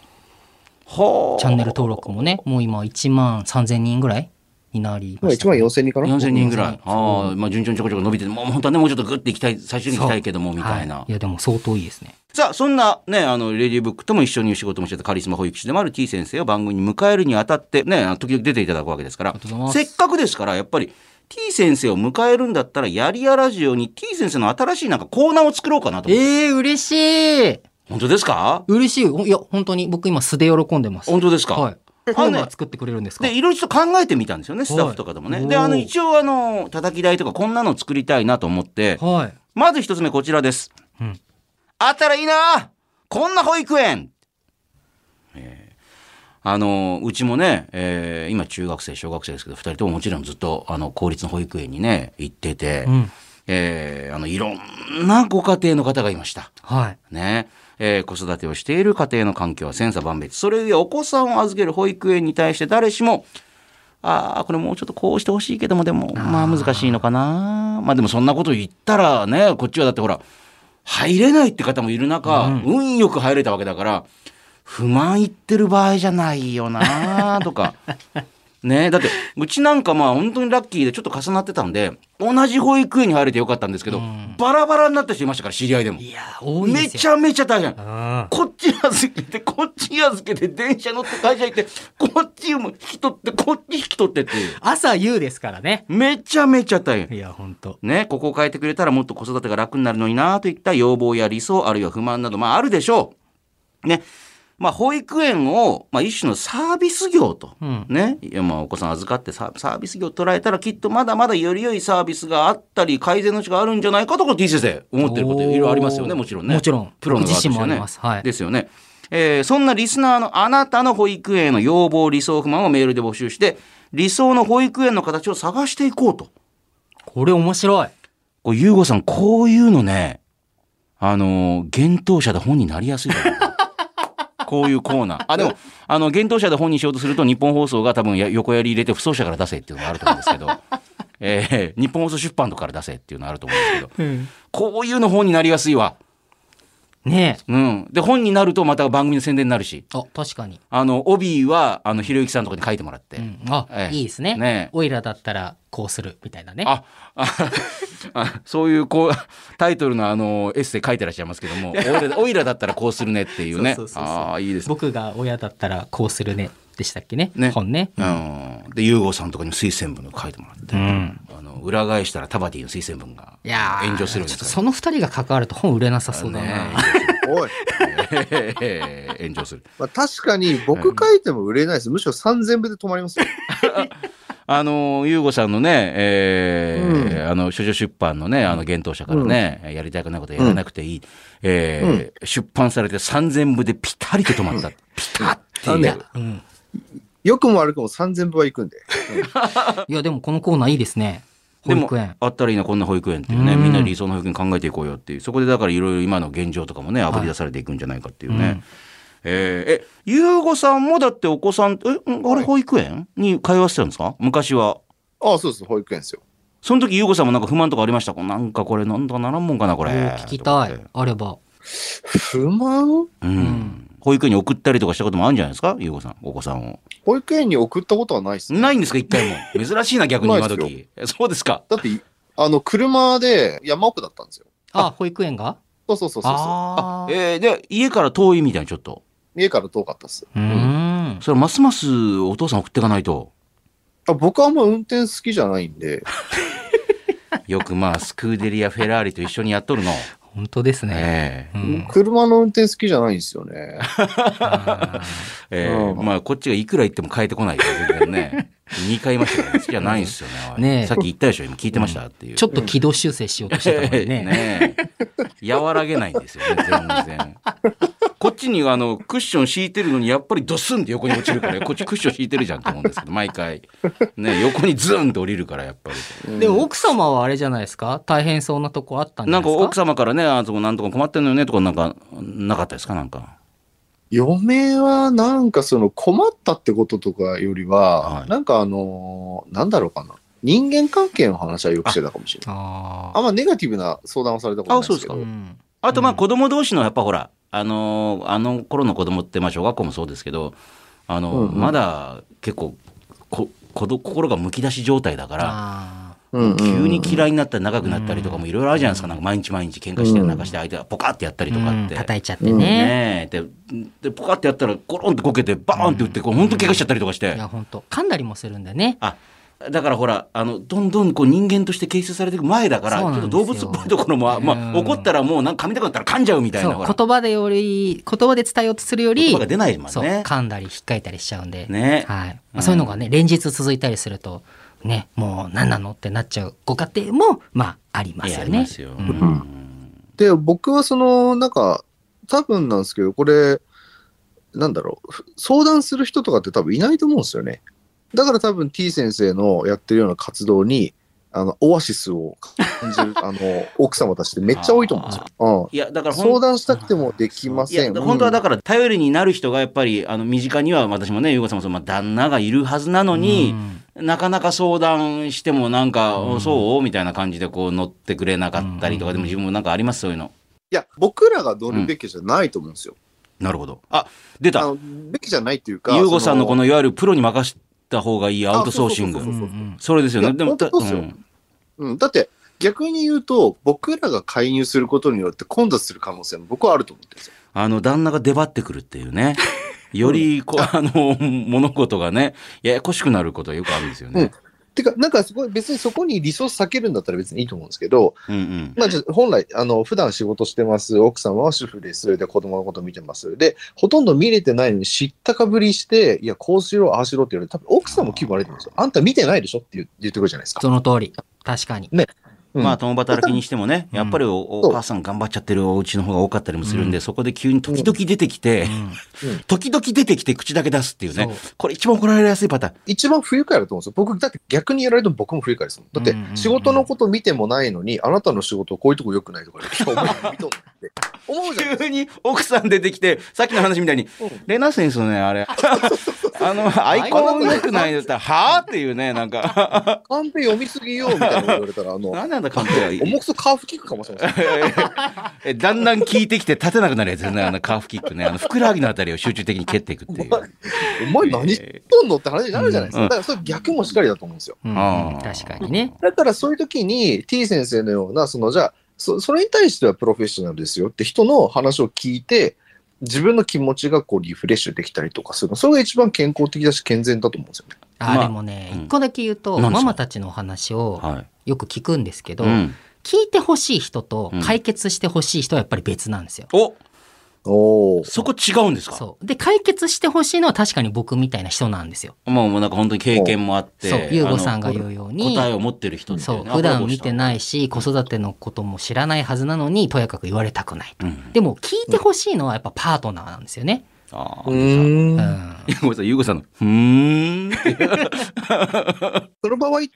A: はあ。
D: チャンネル登録もねもう今1万3000人ぐらいになりま
B: 今
D: した
B: 1万4000人かな
A: 4000人ぐらい。
D: 僕も
A: ああ、まあ順調にちょこちょこ伸びてて、もう本当はね、もうちょっとグッていきたい、最初に行きたいけども、みたいな。
D: はい、いやでも相当いいですね
A: さあ、そんなね、あの、レディーブックとも一緒にお仕事もしてたカリスマ保育士でもある T 先生を番組に迎えるにあたって、ね、あの時々出ていただくわけですから
D: りがとうござい、ます
A: せっかくですから、やっぱり T 先生を迎えるんだったら、やりやラジオに T 先生の新しいなんかコーナーを作ろうかなと思って。
D: えー、嬉しい
A: 本当ですか
D: 嬉しいほいや本当に僕今素で喜んでます
A: 本当ですか
D: はい
A: え
D: コ
A: あ
D: ー
A: の
D: ナ
A: ね
D: ー作ってくれるんですか
A: で、いろいろちょっと考えてみたんですよね、スタッフとかでもね。
D: はい
A: で、あの、
D: おー
A: 一応あの、叩き台とかこんなの作りたいなと思って、
D: はい
A: まず一つ目こちらです。
D: うん
A: あったらいいなこんな保育園、えーあのうちもね、えー今中学生小学生ですけど2人とももちろんずっとあの公立の保育園にね行ってて、
D: うん
A: えーあのいろんなご家庭の方がいました。
D: はい
A: ねえー子育てをしている家庭の環境は千差万別それゆえお子さんを預ける保育園に対して誰しもああこれもうちょっとこうしてほしいけどもでもまあ難しいのかなまあでもそんなこと言ったらねこっちはだってほら入れないって方もいる中、
D: うん
A: 運よく入れたわけだから不満言ってる場合じゃないよな とかねだってうちなんかまあ本当にラッキーでちょっと重なってたんで同じ保育園に入れてよかったんですけど、
D: うん
A: バラバラになった人いましたから知り合いでも
D: いやー多い
A: め
D: です
A: ち
D: よ
A: ゃめちゃ大変
D: ゃ
A: こっち預けて、こっち預けて、電車乗って会社行って、こっちも引き取って、こっち引き取ってっていう。
D: 朝夕ですからね
A: めちゃめちゃ大変。
D: いや本当
A: ね、ここを変えてくれたらもっと子育てが楽になるのになといった要望や理想、あるいは不満など、まああるでしょう。ね。まあ保育園を、まあ一種のサービス業と、
D: うん
A: ね。いやまあお子さん預かってササービス業捉えたらきっとまだまだより良いサービスがあったり、改善の地があるんじゃないかとか、T 先生、思ってることいろいろありますよね、もちろんね。
D: もちろん
A: プロの側
D: 僕
A: として
D: 自
A: ね
D: 身もありますはい
A: ですよね。えーそんなリスナーのあなたの保育園への要望、理想、不満をメールで募集して、理想の保育園の形を探していこうと。
D: これ面白い
A: これ、ゆうごさん、こういうのね、あのー、幻冬者で本になりやすいと思うこういうコーナー。あ、でも、あの、幻冬者で本にしようとすると、日本放送が多分や横やり入れて、不走者から出せっていうのがあると思うんですけど、えー日本放送出版とかから出せっていうのがあると思うんですけど、こういうの本になりやすいわ。
D: ねえ
A: うん。で、本になるとまた番組の宣伝になるし。
D: あ確かに、
A: あの、帯は、あの、ひろゆきさんとかに書いてもらって。
D: うん、あ、
A: ええ
D: いいですね
A: ねえ
D: オイラだったらこうするみたいなね
A: あ、あ、 あそういう、こう、タイトルのあの、エッセイ書いてらっしゃいますけども、オイラオイラだったらこうするねっていうね。
D: そうそうそうそう
A: ああ、いいですね。
D: 僕が親だったらこうするねでしたっけね
A: ね
D: 本ね
A: うん。で、ゆうごうさんとかにも推薦文の書いてもらって。
D: うん
A: あの、裏返したらタバティの推薦文が
D: いやー
A: 炎上するんで
D: ちょっ
A: す
D: と
A: か
D: その二人が関わると本売れなさ
A: ら
D: そうだな、
A: ね
B: おい、
A: 炎上する炎上する。
B: まあ、確かに僕書いても売れないです。むしろ3000部で止まります よ。
A: あの、ゆうごさんのね、えーあの、諸女出版のね、あの、幻冬者からね、やりたくないことやらなくていい。えー出版されて3000部でピタリと止まった。ピタ
B: あの
A: ッ
B: ね
A: て。
D: うん、
B: 良くも悪くも3000部は行くんで。
D: いやでもこのコーナーいいですね保
A: でも
D: 育園、
A: あったらいいな、こんな保育園っていうね、
D: うん
A: みんな理想の保育園考えていこうよっていう、そこでだからいろいろ今の現状とかもね、あぶり出されていくんじゃないかっていうね。
D: うん
A: えーえ、ゆうごさんもだってお子さん、え、んあれ保育園に通わせてたんですか昔は。
B: ああ、そうです。保育園ですよ。
A: その時、ゆうごさんもなんか不満とかありましたかなんかこれ、なんとかならんもんかな、これ。
D: 聞きた
A: とかっ
D: い
A: て
D: あれば
B: 不満
A: うん保育園に送ったりとかしたこともあるんじゃないですかゆうごさん、お子さんを。
B: 保育園に送ったことはないですね。
A: ないんですか一回も。珍しいな、逆に
B: ない
A: 今
B: ですよ
A: 時。えそうですか。
B: だって、あの、車で山奥だったんですよ。
D: あ保育園が
B: そうそうそうそうそ
D: あー
A: えーで、家から遠いみたいにちょっと。
B: う。家から遠かったです。
D: うーん
A: それ、ますますお父さん送っていかないと。
B: あ僕はあんま運転好きじゃないんで、
A: よくまあ、スクーデリア、フェラーリと一緒にやっと るの。
D: 本当ですね、
A: ええ
D: うん
B: 車の運転好きじゃないんですよ ね。
D: あ
A: ええ
B: うん
A: まあ、こっちがいくら言っても変えてこないから、全然ね。2回言いましたからね。好きじゃないんですよねおい。
D: ねえ
A: さっき言ったでしょ今聞いてましたっていう。
D: ーちょっと軌道修正しようとしてたのに ね
A: ねえ和らげないんですよね、全然。こっちにあの、クッション敷いてるのに、やっぱりドスンって横に落ちる から、こっちクッション敷いてるじゃんと思うんですけど、毎回。ね、横にズンって降りるから、やっぱり。
D: でも奥様はあれじゃないですか大変そうなとこあったんじ
A: な
D: ゃ
A: ん
D: な
A: か
D: いですか
A: 奥様からね、あそこなんとか困ってんのよね、とかなんか、なかったですかなんか。
B: 嫁はなんかその困ったってこととかよりは、
A: はい
B: なんかあのーなんだろうかな。人間関係の話はよくしてたかもしれない。
D: あ
B: あんまネガティブな相談をされたことないですけど。
D: ーうん
A: あとまあ
D: うん
A: 子供同士のやっぱほら、あのーあの頃の子供ってまあ小学校もそうですけど、あのー
B: うんうん
A: まだ結構ここど心がむき出し状態だから、
D: あ
B: うんうん
A: 急に嫌いになったり長くなったりとかもいろいろあるじゃないですか。なんか毎日毎日喧嘩して
B: うん
A: なんかして相手がポカってやったり
D: ー
A: とかっ
D: う
A: て。
D: ん叩いちゃって
B: うん
D: ね、
A: ねえででポカってやったらゴロンってこけてバーンって打ってこう本当怪我しちゃったりとかして
D: いや本当噛んだりもするんだね
A: あだからほらあのどんどんこう人間として形成されていく前だからち
D: そ
A: ょ
D: う
A: っ
D: な
A: と
D: んです
A: 動
D: よ
A: 物っぽいところも、ま
D: う
A: あ、
D: ん
A: 怒ったらもうなんか噛みたくなったら噛んじゃうみたいな
D: そ
A: ほ
D: う
A: ら
D: 言葉でより言葉で伝えようとするより
A: 言葉が出ないもんね
D: そう噛んだり引っかいたりしちゃうんで、
A: ね
D: はいま
A: うん
D: あ、そういうのがね連日続いたりするとねもう何なのってなっちゃうご家庭もまああります
A: い
D: よ
A: やあり
D: ね
A: ま。すよ
D: う
B: うん
A: ん
B: で、僕はその、なんか、多分なんですけど、これ、なんだろう、ふ相談する人とかって多分いないと思うんですよね。だから多分 T 先生のやってるような活動に、あの、オアシスを感 じる、あの、奥様たちってめっちゃ多いと思うんですよ。
A: いやだか
B: う
A: ら
B: ん、
A: ほん
B: 相談したくてもできま
A: い
B: せ
A: や
B: ん。
A: 本当はだ
B: か
A: から頼りになる人がやっぱりあの身近には私もねゆうこさんもそう、まあ、旦那がいるはずなのに、なかなか相談してもなんか、
D: うん
A: そうみたいな感じでこう乗ってくれなかったりとか、
D: うん
A: でも自分もなんかありますそういうの。
B: いや、僕らが乗るべきじゃないと思うんですよ。
A: なるほど。あ、出
B: あ
A: た。
B: のべきじゃないっていうか、
A: ユーゴさんのこ
B: の
A: の、いわゆるプロに任した方がいいアウトソーシン
B: あそうそう
A: グ。
B: そう
A: それですよ
B: い
A: ね。
B: や
A: でも、た
B: 本当そうっすよ
A: ん
B: うん、だって逆に言うと、僕らが介入することによって混雑する可能性も僕はあると思ってるんですよ。
A: あの、旦那が出張ってくるっていうね。より、こう、あの、物事がね、ややこしくなることはよくあるんですよね。
B: てか、なんかすごい別にそこにリソース避けるんだったら別にいいと思うんですけど、
A: うんうん。
B: まあ、ちょっと本来、あの、普段仕事してます、奥様は主婦です、で子供のこと見てます。で、ほとんど見れてないのに知ったかぶりして、いや、こうしろ、ああしろって言われて、多分奥さんも気分悪いと思うんですよ。あんた見てないでしょって言う言ってくるじゃないですか。
D: その通り。確かに。
B: うん
A: まあ、共働きにしてもね、
D: うん
A: やっぱりおお母さん頑張っちゃってるお家の方が多かったりもするんで、そこで急に時々出てきて、時々出てきて口だけ出すっていうね。これ一番怒られやすいパターン。
B: 一番不愉快だと思うんですよ。僕、だって逆にやられても僕も不愉快ですもん。だっ
D: うんうんうん
B: て、仕事のこと見てもないのに、あなたの仕事こういうとこ良くないとか言って、いやお前見とんのって思うじゃ ないですか。
A: 急に奥さん出てきて、さっきの話みたいに、レナセンスね、あれ。あの、アイコン良くないんだったら、はぁっていうね、なんか、
B: カンペ読みすぎよ、みたいなこと言われたら、あ の、
A: 何なんだ、カンペは。
B: 重くそカーフキックかもしれません。
A: えだんだん効いてきて立てなくなるやつですね、あのカーフキックね。あの、ふくらはぎのあたりを集中的に蹴っていくっていう。
B: お前何しとんのって話になるじゃないです
A: う
B: か。
A: ん
B: だからそれ逆もしっかりだと思うんですよ。
D: うん
A: あー
D: 確かにね。
B: だからそういう時に T 先生のような、そのじゃあそ、それに対してはプロフェッショナルですよって人の話を聞いて、自分の気持ちがこうリフレッシュできたりとかするの。それが一番健康的だし健全だと思うんですよね。
D: あ
A: まあ
D: ーでもね、
A: うん
D: 一個だけ言うと、
A: 何ですか
D: ママたちのお話を
A: はい。
D: よく聞くんですけど、
A: うん。
D: 聞いてほしい人と
A: うん
D: 解決してほしい人はやっぱり別なんですよ。
A: お
B: おお。
A: そこ違うんですか
D: そう。で、解決してほしいのは確かに僕みたいな人なんですよ。
A: まあ、もうなんか本当に経験もあって。
D: そう。ゆうごさんが
A: あの
D: 言うように。
A: 答えを持ってる人ってい
D: そう
A: ね、
D: う。普段見て
A: い。
D: ないし、子育てのことも知らないはずなのに、とやかく言われたくない。
A: うん。
D: でも、聞いてほしいのはやっぱパートナーなんですよね。
A: ああ。
B: う
A: ゆ
B: ーん
D: うん。
A: うごさん、ゆうごさんの、ふーんって。
B: その場合って、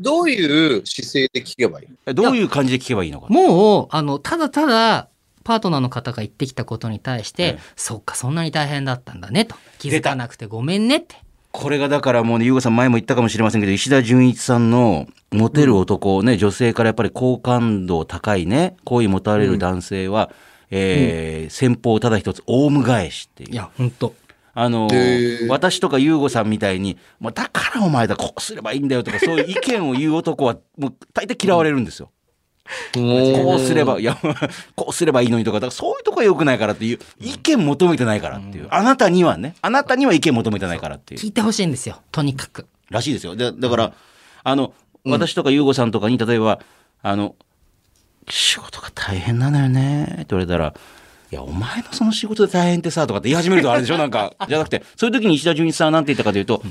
B: どういう姿勢で聞けばいい
A: えどういう感じで聞けばいいのか。
D: もう、あの、ただただ、パートナーの方が言ってきたことに対して、
A: うん
D: そっか、そんなに大変だったんだね、と。気づかなくてごめんねって。
A: これがだからもうね、ゆうごさん前も言ったかもしれませんけど、石田純一さんのモテる男をね、女性からやっぱり好感度高いね、好意持たれる男性は、えー先方をただ一つ、オウム返しっていう。
D: いや、ほんと。
A: あの
B: へー
A: 私とか優吾さんみたいに、もうだからお前だ、こうすればいいんだよとか、そういう意見を言う男は、もう大体嫌われるんですよ。こうすれば、いや、 こうすればいいのにとか、だからそういうとこは良くないからっていう、意見求めてないからっていう、あなたにはね、あなたには意見求めてないからっていう
D: 聞、いてほしいんですよ。とにかく。
A: らしいですよ。だだから、あの、私とか優吾さんとかに、例えば、あの、仕事が大変なのよねって言われたら、いや、お前のその仕事で大変ってさ、とかって言い始めるとあれでしょなん か、じゃなくて、そういう時に石田純一さんはなんて言ったかというと、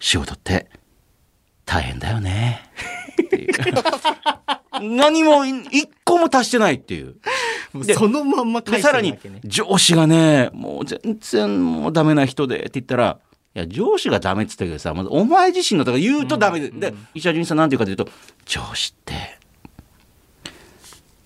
A: 仕事って大変だよね。っていう何も一個も足してないっていう。で
D: そのまんま
A: で、
D: 返す
A: さら
D: だ
A: に
D: けね。、
A: 上司がね、もう全然もうダメな人でって言ったら、いや、上司がダメって言ったけどさ、まずお前自身のとか言うとダメで、で、石田純一さんなんて言うかというと、上司って、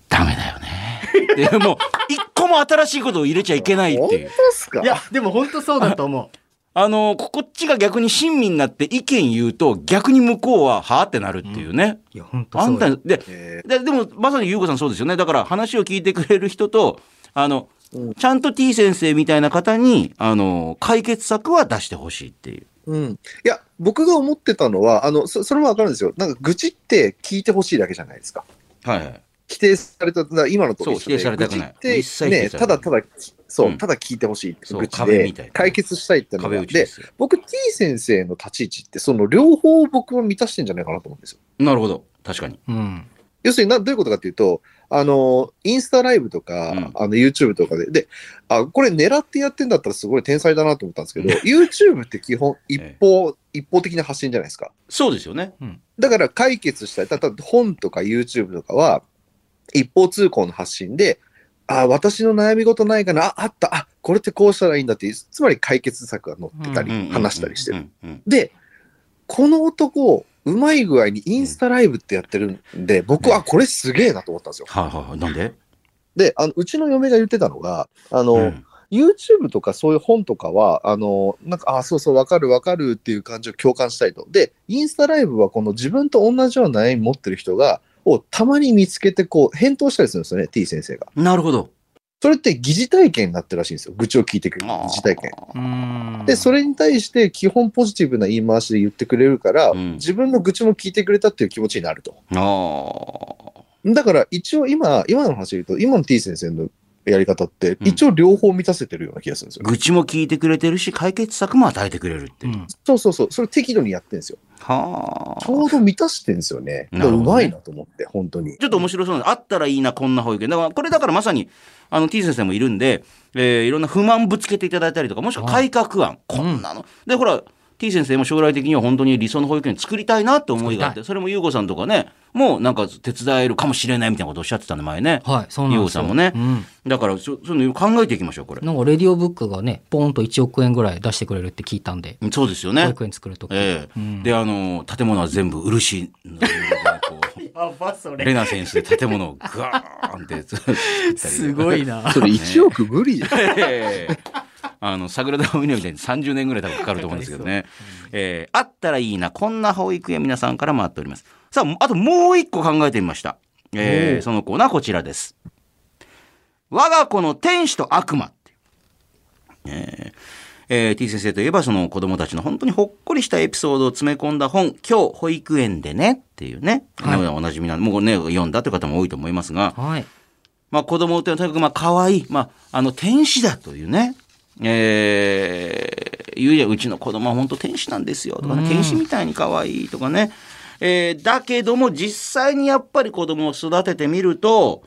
A: ダメだよね。 で、もう、一個も新しいことを入れちゃいけないっ
B: 本当
A: てい
B: で
A: う。
B: すか
D: いや、でもほんとそうだと思う。
A: あの、ここっちが逆に親身になって意見言うと、逆に向こうは、はあってなるっていうね。
D: いや、ほんと
A: あ
D: そ
A: ん
D: うだ
A: た、で、
B: え
A: ででもまさに優子さんそうですよねだから話を聞いてくれる人とあの、
B: うん
A: ちゃんと T 先生みたいな方にあの解決策は出してほしいっていう。
B: うん、いや、僕が思ってたのは、あの、そそれもわかるんですよ。なんか、愚痴って聞いてほしいだけじゃないですか。
A: はいはい、
B: 否定された、だから今のとこ
A: そう否定されたくない
B: 愚
A: 一
B: 痴
A: 切否
B: って、
A: 定
B: ね、
A: さ
B: た
A: れた
B: だ
A: く
B: ただ、そう、
A: うん
B: ただ聞いてほしいって
A: そう
B: 愚痴
A: 壁み
B: で
A: たいな、
B: 解決したいっての
A: 壁
B: が
A: 打
B: で
A: ちですよ。
B: 僕、T 先生の立ち位置って、その両方を僕は満たしてんじゃないかなと思うんですよ。
A: なるほど確かに。
D: うん。
B: 要するにな、どういうことかっていうと、あの、インスタライブとか、
A: うん
B: あの、YouTube とかで、で、あ、これ狙ってやってんだったらすごい天才だなと思ったんですけど、YouTube って基 本一方、一方的な発信じゃないですか。
A: そうですよね。
B: だから解決したい。ただ本とか YouTube とかは、一方通行の発信で、あ、私の悩み事ないかな、あ、あった、あ、これってこうしたらいいんだっていう、つまり解決策が載ってた
A: うんうんうん
B: り、話したりして
A: う
B: る。
A: んうん
B: で、この男、うまい具合にインスタライブってやってるんで、僕はこれすげえなと思ったんですよ。
A: はいはいはいなんで、
B: で、あの、うちの嫁が言ってたのが、あの、
A: うん、
B: YouTube とかそういう本とかは、あの、なんか、あ、そうそう、わかるわかるっていう感じを共感したいと。で、インスタライブはこの自分と同じような悩み持ってる人が、をたまに見つけて、こう、返答したりするんですよね、T 先生が。
A: なるほど。
B: それって疑似体験になってるらしいんですよ。愚痴を聞いてくる疑似体験。
D: うん
B: で、それに対して基本ポジティブな言い回しで言ってくれるから、
A: うん
B: 自分の愚痴も聞いてくれたっていう気持ちになると。
A: あー
B: だから一応今、今の話で言うと、今の T 先生のやり方って、
A: うん
B: 一応両方満たせてるような気がするんですよ。
A: 愚痴も聞いてくれてるし、解決策も与えてくれるっていう。
D: うん
B: そうそうそう。それ適度にやってるんですよ。
A: はあ。
B: ちょうど満たしてるんですよね。だからうまいなと思って、本当に
A: ち。ょっと面白そうなんです。あったらいいな、こんな保育園。だから、これだからまさに、あの、t 先生もいるんで、えーいろんな不満ぶつけていただいたりとか、もしくは改革案、こんなの。で、ほら、t 先生も将来的には本当に理想の保育園作りたいなって思いがあっ
D: 作
A: て、それも優子さんとかね、もうなんか手伝えるかもしれないみたいなことをおっしゃってたの前ね。
D: はい、そうなん
A: ゆ
D: で
A: う
D: す
A: さ
D: よ
A: んもね
D: うん
A: だから、そそういうの考えていきましょう、これ。
D: なんかレディオブックがね、ポンと1億円ぐらい出してくれるって聞いたんで、
A: そうですよ
D: 保
A: ね。
D: 育園作るとき。
A: ええ
D: うん
A: で、あの、建物は全部漆の色でこう
D: やばそ。
A: レナセンスで建物をガーンって作ったりとか。
D: な。
B: それ1億 無理じゃん。
A: ええ あの、桜田海のみたいに30年ぐらい多分かかると思うんですけどね。ええあったらいいな、こんな保育園皆さんから回っております。さあ、あともう一個考えてみました。ええそのコーナーこちらです。我が子の天使と悪魔っていう。ええええ T 先生といえばその子供たちの本当にほっこりしたエピソードを詰め込んだ本、今日保育園でねっていうね、
D: はい
A: おなじみなんで、もうね、読んだという方も多いと思いますが、
D: はい。
A: まあ、子供というのはとにかくまあ可愛い、まあ、あの天使だというね、えー、言うじゃんうちの子供は本当天使なんですよとかね、天使みたいに可愛いとかね、えーだけども実際にやっぱり子供を育ててみると、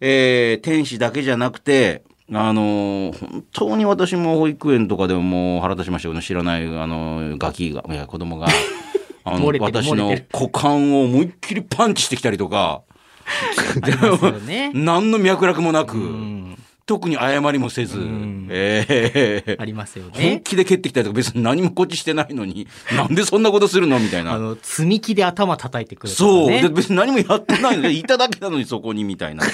A: えー天使だけじゃなくて、あのー本当に私も保育園とかでももう腹立ちましたよね知らない、あのーガキがいや子供 があの
D: 漏れてる
A: 私
D: 漏れ
A: の
D: てる
A: 股間を思いっきりパンチしてきたりとか。
D: ありますよね
A: 何の脈絡もなく、
D: うん
A: 特に謝りもせず、
D: ん
A: ええ
D: ありますよ
A: 本
D: ね。
A: 気で蹴ってきたりとか別に何もこっちしてないのに、なんでそんなことするのみたい
D: あ
A: な。
D: の、積み木で頭叩いてくると
A: そう。
D: か
A: で、
D: ね。
A: 別に何もやってないので、 いただけなのにそこに、みた いな。ね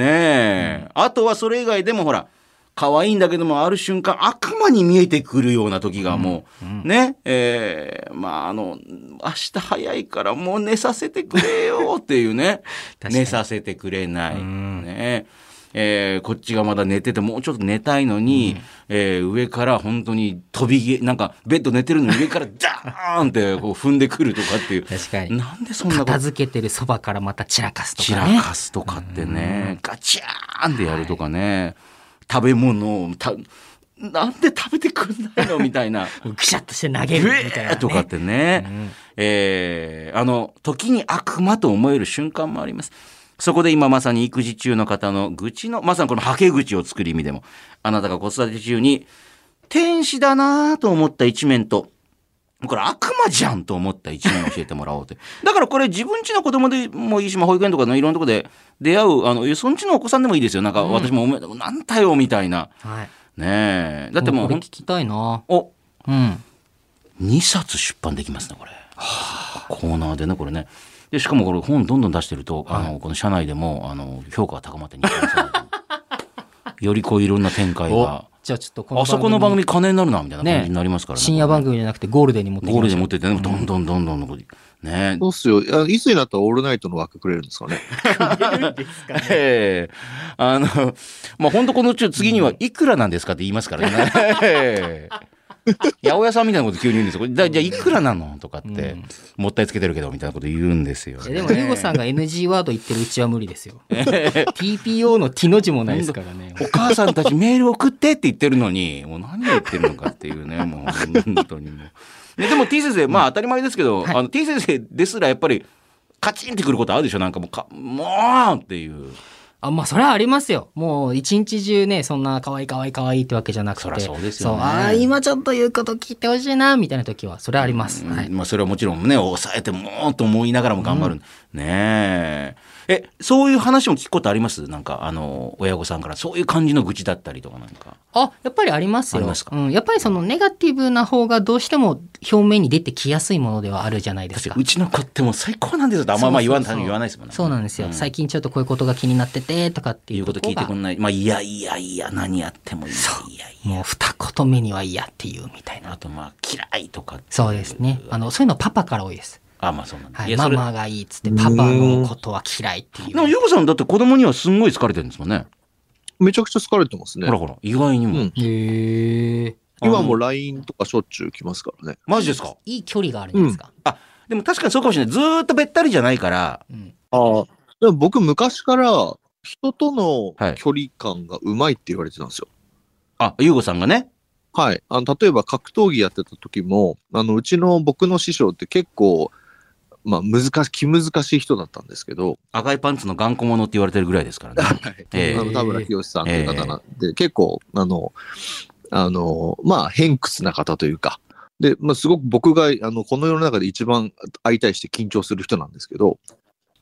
A: え。あとはそれ以外でもほら、可愛いんだけども、ある瞬間、悪魔に見えてくるような時がもう、ね、ええまあ、あの、明日早いからもう寝させてくれよっていうね。
D: 確かに
A: 寝させてくれない。
D: うん
A: ねえーこっちがまだ寝ててもうちょっと寝たいのに、えー上から本当に飛びげなんかベッド寝てるのに上からダーンってこう踏んでくるとかっていう
D: 確かに。
A: なんでそんなこと
D: 片付けてるそばからまた散らかすと
A: 散
D: からね。
A: かすとかってね、ガチャーンでやるとかね、食べ物をたなんで食べてくんないのみたいな。
D: ぐしゃっとして投げるみたいな、
A: えー
D: ね。
A: とかってね、えーあの時に悪魔と思える瞬間もありますそこで今まさに育児中の方の愚痴のまさにこのはけ口を作る意味でもあなたが子育て中に天使だなぁと思った一面とこれ悪魔じゃんと思った一面を教えて もらおうというだからこれ自分家の子供でもいいし、まあ、保育園とかのいろんなとこで出会うあのそんちのお子さんでもいいですよなんか私もおめ、なんだよみたいな
D: はい。
A: ねえだってもう
D: これ
A: ほん
D: 聞きたいな。
A: お
D: うん。
A: 2冊出版できますねこれコーナーでねこれねでしかもこれ本どんどん出してると、あのこの社内でもあの評価が高まって日本社内でよりこういろんな展開が
D: じゃあちょっとこの
A: あそこの番組金になるなみたいな感じになりますからね
D: 深夜番組じゃなくてゴールデンに持ってきまし
A: ゴ
D: ょ
A: ー
D: う
A: ルで持ってってねどんどんどんどんどんねえ
B: そうっすよ。いやいつになったらオールナイトの枠くれるんですかね。
A: ええあの、まあ、本当このうち次にはいくらなんですかって言いますからね。 ええ八百屋さんみたいなこと急に言うんですよこれ。だじゃあいくらなのとかって、もったいつけてるけどみたいなこと言うんですよ。
D: えでも、ゆうごさんが NG ワード言ってるうちは無理ですよ。TPO の T の字もないですか らね。
A: お母さんたちメール送ってって言ってるのに、もう何を言ってるのかっていうね、もう本当にもう。ね、でも T 先生、まあ当たり前ですけど、あの T 先生ですらやっぱり、カチンってくることあるでしょなんかもうか、もうっていう。
D: あ、まあ、それはありますよ。もう、一日中ね、そんな、可愛い可愛い可愛いってわけじゃなくて。
A: そりゃそうですよね
D: そうあー今ちょっと言うこと聞いてほしいな、みたいな時は、それはあります。はい。
A: まあ、それはもちろんね、抑えてもーっと思いながらも頑張る。ねえ。え、そういう話も聞くことありますなんか、あの、親御さんから、そういう感じの愚痴だったりとかなんか。
D: あ、やっぱりあります
A: あり
D: よ。
A: ますか
D: うん、やっぱりそのネガティブな方がどうしても表面に出てきやすいものではあるじゃないで
A: 確
D: すか
A: かに。うちの子ってもう最高なんですよって。あんままあ言わん
D: そうそうそう
A: 言わないですもんね。
D: そうなんですよ、
A: ん
D: 最近ちょっとこういうことが気になっててとかってい
A: 言
D: う
A: うこと
D: こ
A: 聞いて
D: が
A: くんない。まあ、いやいやいや、何やってもいい。いやい
D: もう二言目には嫌っていうみたい
A: や。
D: な
A: あと、まあ、嫌いとか。
D: そうですねあのそういうのパパから多いです
A: あ、まあそうなんだ。
D: はいい、
A: や
D: マ
A: それ
D: マがいいっつってパパのことは嫌いってい
A: でも、
D: う
A: ゆうこさんだって子供にはすんごい好かれてるんですもんね。
B: めちゃくちゃ疲れてますね
A: ほら。ほら、意外にも。
B: うん
D: へえ
B: 今もう LINE とかしょっちゅう来ますからね。
A: マジですか
D: いい距離があるんじゃないですか、
A: でも確かにそうかもしれない。ずーっとべったりじゃないから、
D: うん
B: ああ。でも僕昔から人との
A: はい
B: 距離感がうまいって言われてたんですよ。
A: あ、ゆうこさんがね。
B: はい。あの、例えば格闘技やってた時も、あの、うちの僕の師匠って結構、まあ、難し、気難しい人だったんですけど、
A: 赤いパンツの頑固者って言われてるぐらいですから ね。ええ
B: あの、田村清さんという方なんで、結構、あの、あの、まあ、偏屈な方というか、で、まあ、すごく僕が、あの、この世の中で一番相対して緊張する人なんですけど、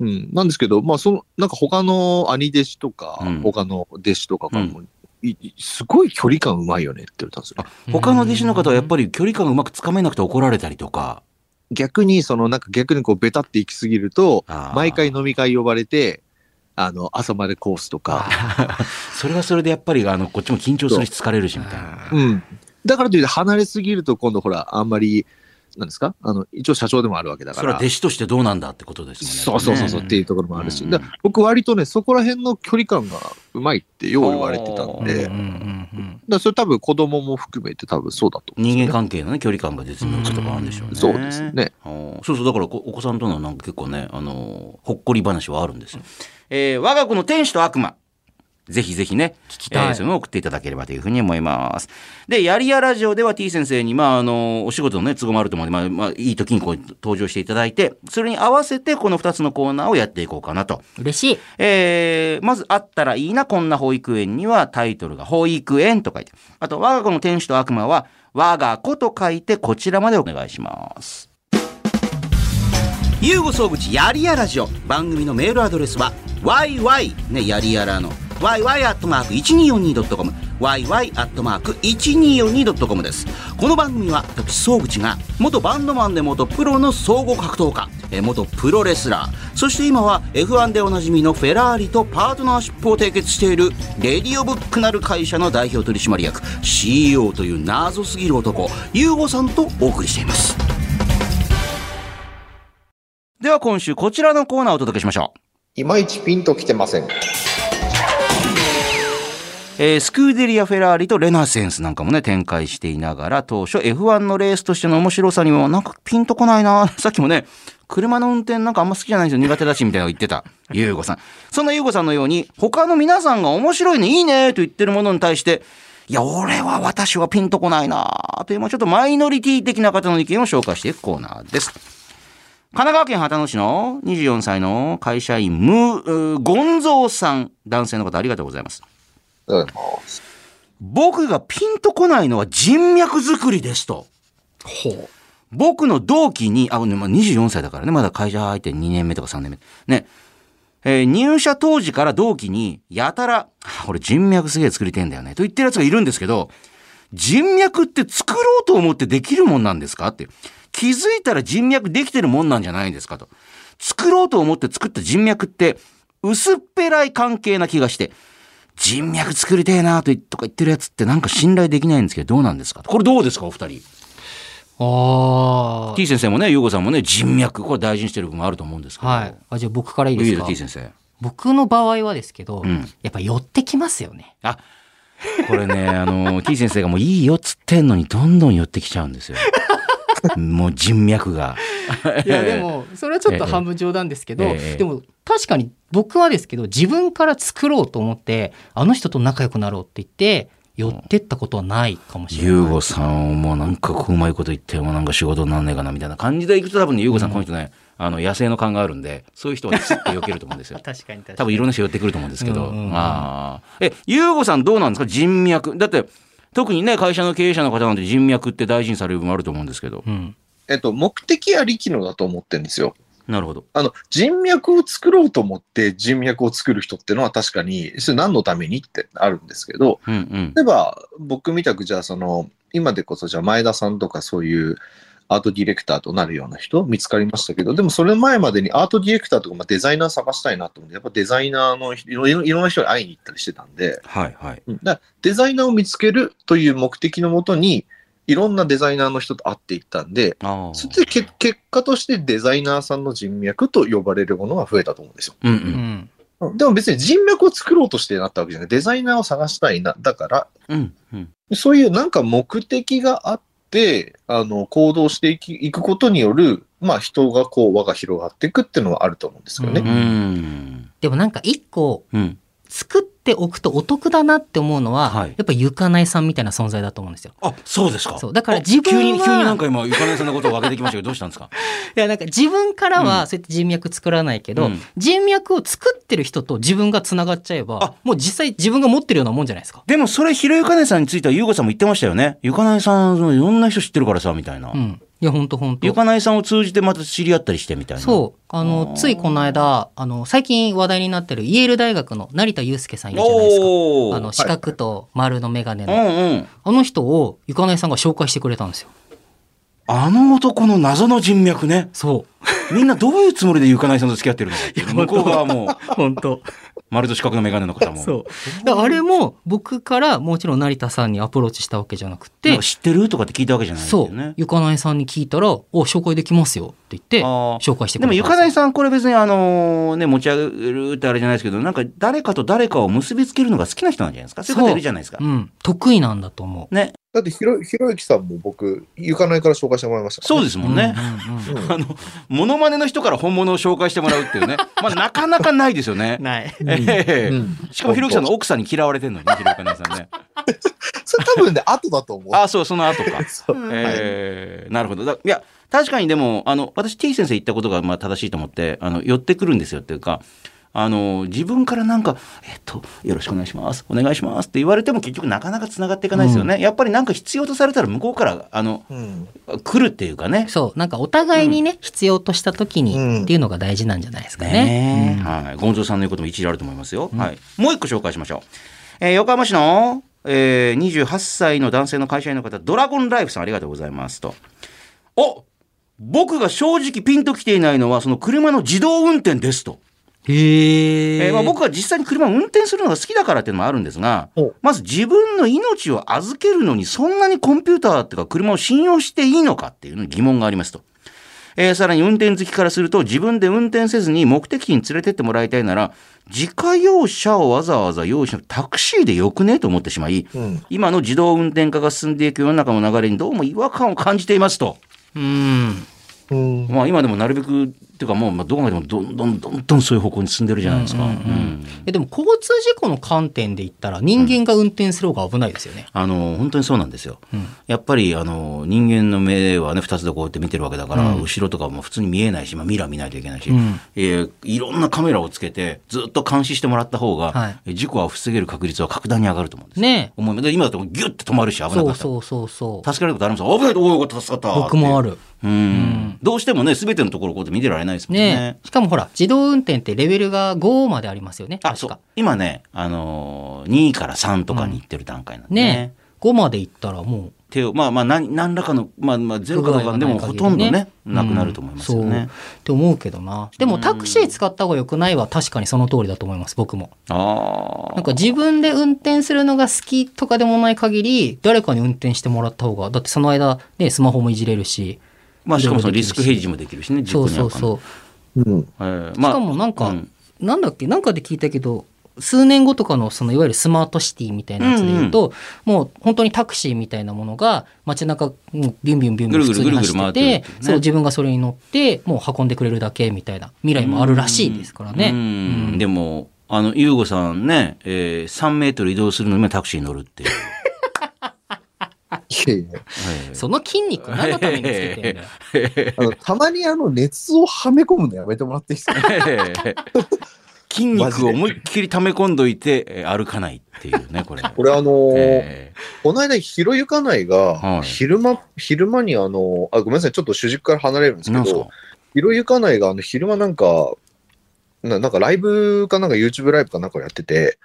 B: うん、なんですけど、まあ、その、なんか他の兄弟子とか、
A: うん
B: 他の弟子とかからも、いいすごい距離感うまいよねって言われたんですよ。
A: 他の弟子の方はやっぱり距離感うまくつかめなくて怒られたりとか。
B: 逆に、その、なんか逆にこう、ベタって行き過ぎると、
A: あー
B: 毎回。飲み会呼ばれて、あの、朝までコースとか、
A: それはそれでやっぱり、あの、こっちも緊張するし疲れるしみたいな。
D: あー
B: うん。だからといって離れすぎると今度ほら、あんまり、なんですかあの、一応社長でもあるわけだか
A: それは
B: ら。
A: 弟子としてどうなんだってことですもんね。
B: そうそうそうそう、
A: ね
B: っていうところもあるし。
A: うん
B: だから僕割とね、そこら辺の距離感がうまいってよう言われてたん
A: あー
B: で、だ
D: う
B: か
D: んうんうんうん
B: らそれ多分子供も含めて多分そうだと思うんです
A: 人間
B: よね。
A: 関係のね、距離感が絶妙なことがあるんでしょうね。
B: そうですね。
A: あーそうそう、だからこお子さんとのなんか結構ね、あのーほっこり話はあるんですよ。えー我が子の天使と悪魔。ぜひぜひね、聞き
D: たい
A: えー、それも送っていただければというふうに思います。で、やりやラジオでは T 先生に、まあ、あの、お仕事のね、都合もあると思うんで、まあ、まあ、いい時にこう、登場していただいて、それに合わせて、この2つのコーナーをやっていこうかなと。
D: 嬉しい
A: えーまずあったらいいな、こんな保育園にはタイトルが保育園と書いて。あと、我が子の天使と悪魔は、我が子と書いてこちらまでお願いします。ゆうご総口やりやラジオ。番組のメールアドレスは、yy、ね、やりやらの、yy.1242.com、yy.1242.com です。この番組は、私、総口が、元バンドマンで元プロの総合格闘家、えー元プロレスラー、そして今は F1 でおなじみのフェラーリとパートナーシップを締結しているレディオブックなる会社の代表取締役 CEO という謎すぎる男ユーゴさんとお送りしていますでは今週こちらのコーナーをお届けしましょう
C: いまいちピンときてません。
A: えースクーデリア・フェラーリとレナセンスなんかもね、展開していながら、当初 F1 のレースとしての面白さにも、なんかピンとこないな さっきもね、車の運転なんかあんま好きじゃないんですよ。苦手だし、みたいなの言ってた。ゆうごさん。そんなゆうごさんのように、他の皆さんが面白いね、いいね、と言ってるものに対して、いや、俺は、私はピンとこないなという、まあちょっとマイノリティ的な方の意見を紹介していくコーナーです。神奈川県秦野市の24歳の会社員、ムー、うーゴンゾーさん。男性の方、ありがとうございます。
B: ありがとうございます
A: 僕がピンとこないのは人脈作りですと。
D: ほ
A: 僕の同期に、あ、ねまあ24歳だからね、まだ会社入って2年目とか3年目。ね。えー入社当時から同期に、やたら、あ俺人脈すげえ作りてえんだよね、と言ってる奴がいるんですけど、人脈って作ろうと思ってできるもんなんですかって。気づいたら人脈できてるもんなんじゃないんですかと。作ろうと思って作った人脈って、薄っぺらい関係な気がして、人脈作りてえなと言っとか言ってる奴ってなんか信頼できないんですけど、どうなんですかとこれどうですか、お二人。
D: うあー
A: T 先生もね、ゆうごさんもね、人脈、これ大事にしてる部分あると思うんですけど。
D: はいあじゃあ僕からいい
A: いい
D: です
A: よ
D: か
A: T 先生。
D: 僕の場合はですけど、
A: うん
D: やっぱ寄ってきますよね
A: あ、これね、 あの、T 先生がもういいよっつってんのに、どんどん寄ってきちゃうんですよ。 もう人脈が。
D: いやでもそれはちょっと半分冗談ですけど、
A: ええええ
D: でも確かに僕はですけど自分から作ろうと思ってあの人と仲良くなろうって言って寄ってったことはないかもしれない。。
A: ゆうごさんをもうなんかこううまいこと言ってもなんか仕事になんねえかなみたいな感じでいくと多分ね、ゆうごさんこの人ね、あの、野生の勘があるんで、そういう人はねスッと避けると思うんですよ
D: 確かに確か
A: 多
D: に。
A: 分いろんな人寄ってくると思うんですけど。
D: うんうんう
A: あ
D: ん
A: あ。え、ゆうごさんどうなんですか人脈。だって、特にね、会社の経営者の方なんて人脈って大事にされる部分あると思うんですけど。
D: うん、
B: えっと、目的ありきのだと思ってるんですよ。
A: なるほど。
B: あの、人脈を作ろうと思って人脈を作る人ってのは確かに、それ何のためにってあるんですけど、
A: うんうん。
B: 例えば、僕みたく、じゃあ、その、今でこそ、じゃあ、前田さんとかそういうアートディレクターとなるような人見つかりましたけど、でもそれ前までにアートディレクターとか、まあ、デザイナー探したいなと思って、やっぱデザイナーの人いろいろいろんな人に会いに行ったりしてたんで、
A: はいはい。
B: うんだからデザイナーを見つけるという目的のもとに、いろんなデザイナーの人と会っていったんで、
A: ああ
B: そっちでけ結果としてデザイナーさんの人脈と呼ばれるものが増えたと思うんですよ。
A: うんう。
D: うんん。
B: うんでも別に人脈を作ろうとしてなったわけじゃない。デザイナーを探したいな。だから、
A: うん。うん。
B: そういうなんか目的があって、あの、行動していきいくことによる、まあ人がこう輪が広がっていくっていうのはあると思うんですよね。
A: うん。うん。
D: でもなんか一個
A: うん。
D: 作っておくとお得だなって思うのは、
A: はい
D: やっぱゆかないさんみたいな存在だと思うんですよ。
A: あ、そうですか。
D: そうだから
A: あ
D: 自分
A: 急に、急
D: は
A: になんか今、ゆかねさんのことを分けてきましたけど、 どうしたんですか
D: いやなんか自分から
A: うん
D: はそうやって人脈作らないけど、
A: うん
D: 人脈を作ってる人と自分がつながっちゃえばもう実際自分が持ってるようなもんじゃないですか。
A: でもそれ、ひろゆかねさんについては、ゆうごさんも言ってましたよね。ゆかねさん、いろんな人知ってるからさ、みたいな。
D: うん、いや本当本
A: ゆ
D: 当
A: かないさんを通じてまた知り合ったりしてみたいな。
D: そうあの
A: あー
D: ついこの間あの最近話題になってるイェール大学の成田悠介さんいるじゃないですか。
A: おー
D: あの四角と丸の眼鏡の、
A: うんうん。
D: あの人をゆかないさんが紹介してくれたんですよ。
A: あの男の謎の人脈ね。
D: そ
A: みんなどういうつもりでゆかないさんと付き合ってるのかっていう。向こう側も、
D: う本当
A: 丸と四角のメガネの方も。
D: そうだからあれも僕からもちろん成田さんにアプローチしたわけじゃなく
A: なん
D: て
A: か知ってるとかって聞いたわけじゃないんだ
D: そ
A: よ
D: う
A: ね。
D: ゆかないさんに聞いたら「お紹介できますよ」って言って
A: あー
D: 紹介してくれ
A: で
D: た
A: もゆかない
D: ん
A: さんこれ別にあのね持ち上げるってあれじゃないですけどなんか誰かと誰かを結びつけるのが好きな人なんじゃないですかそういう方いるじゃないですか
D: ですようん得意なんだと思う
A: ね
B: だってひろ、ひろゆきさんも僕、ゆかないから紹介してもらいましたから
A: そう
B: ね、
A: ですもんね、
D: うんうんうん
B: うん
A: あのモノマネの人から本物を紹介してもらうっていう ねまあなかなかないですよ ね
D: ない
A: ええ
B: うん
A: しかもひろゆきさんの奥さんに嫌われてるのにねひろゆきさんね
B: それ多分ね、 後だと思う。
A: ああそうその後か
B: そう
A: えーなるほど。だいや、確かにでも、あの、私、T 先生言ったことがまあ正しいと思って、あの、寄ってくるんですよっていうか、あの、自分からなんか、えっと、よろしくお願いします、お願いしますって言われても結局なかなか繋がっていかないですよね。やっぱりなんか必要とされたら向こうから、あの、
B: うん
A: 来るっていうかね。
D: そうなんかお互いにね、必要とした時
B: うん
D: にっていうのが大事なんじゃないですかね
A: ねえ
D: うん
A: はい。ゴンゾーさんの言うことも一理あると思いますよ。はい。もう一個紹介しましょう。えー横浜市の、えー、28歳の男性の会社員の方、ドラゴンライフさんありがとうございますと。お僕が正直ピンときていないのは、その車の自動運転ですと。
D: へ
A: え
D: え
A: ーまあ、僕は実際に車を運転するのが好きだからっていうのもあるんですが
B: お、
A: まず自分の命を預けるのにそんなにコンピューターっていうか車を信用していいのかっていうのに疑問がありますと。えーさらに運転好きからすると自分で運転せずに目的地に連れてってもらいたいなら自家用車をわざわざ用意しなくタクシーでよくねと思ってしまい
B: うん
A: 今の自動運転化が進んでいく世の中の流れにどうも違和感を感じていますと。
D: うん
B: うん
A: まあ今でもなるべくっていうかもうまあどこまでもどんどんどんどんそういう方向に進んでるじゃないですか。
D: うんうんうん
A: うん
D: えでも交通事故の観点で言ったら人間が運転する方が危ないですよね、
A: あの本当にそうなんですよ、
D: うん
A: やっぱりあの人間の目はね2つでこうやって見てるわけだから、
D: うん
A: 後ろとかも普通に見えないし、まあ、ミラー見ないといけないし、
D: うん
A: えーいろんなカメラをつけてずっと監視してもらった方が、
D: は
A: 事故は防げる確率は格段に上がると思うんです、
D: ね
A: 思いますで今だとギュッて止まるし危な
D: え
A: かった
D: そ
A: ら
D: うそうそうそう
A: 助けられることありますよ危ないとおおよかった助かった
D: 僕もあ
A: る
D: る
A: うん、
D: ん
A: どうしてもね全てのところをこうやって見てられないですもんね
D: ねえしかもほら自動運転ってレベルが5までありますよね
A: あ
D: 確
A: そう
D: か
A: 今ね、あのー、2から3とかに行ってる段階なんで、
D: ねえ5までいったらもう
A: 手をまあまあ何何らかのまあまあゼロかどうかでもほとんどねなくなると思いますよ
D: うんそう
A: ね
D: っ。て思うけどなでもタクシー使った方が良くないは確かにその通りだと思います僕も
A: あ
D: な
A: あ
D: んか自分で運転するのが好きとかでもない限り誰かに運転してもらった方がだってその間ねスマホもいじれるし
A: まあしかもそのリスクヘッジもできるしね事
D: そ
A: 故
D: う
A: に遭
D: そう
A: かも。
D: うそう
B: うん
A: えー
D: し
A: まあ
D: かもなんか、
A: うん
D: なんだっけなんかで聞いたけど数年後とかのそのいわゆるスマートシティみたいなやつで言うと、もう本当にタクシーみたいなものが街中もうビュンビュンビュンビュン
A: ぐ
D: 普
A: る
D: 通
A: ぐ
D: に
A: る
D: 走ってて
A: ぐるぐる回ってるっていうね
D: そう自分がそれに乗ってもう運んでくれるだけみたいな未来もあるらしいですからね。
A: うん
D: うん
A: でもあの優吾さんね、えー、3メートル移動するのにもタクシーに乗るっていう。
B: いやいや
A: えー
D: その筋肉何のためにつけてんだよ。
B: あのたまにあの、熱をはめ込むのやめてもらっていいですか
A: 筋肉を思いっきり溜め込んどいてえー歩かないっていうねこれ。
B: これあのー
A: え
B: この間、ひろゆかない
A: は
B: が、
A: い
B: 昼間、昼間にあの、あ、ごめんなさい、ちょっと主軸から離れるんです
A: ー、
B: け
A: なんす
B: ど
A: か、
B: ひろゆかないが、あの、昼間なんか、ななんかライブかなんか YouTube ライブかなんかやってて、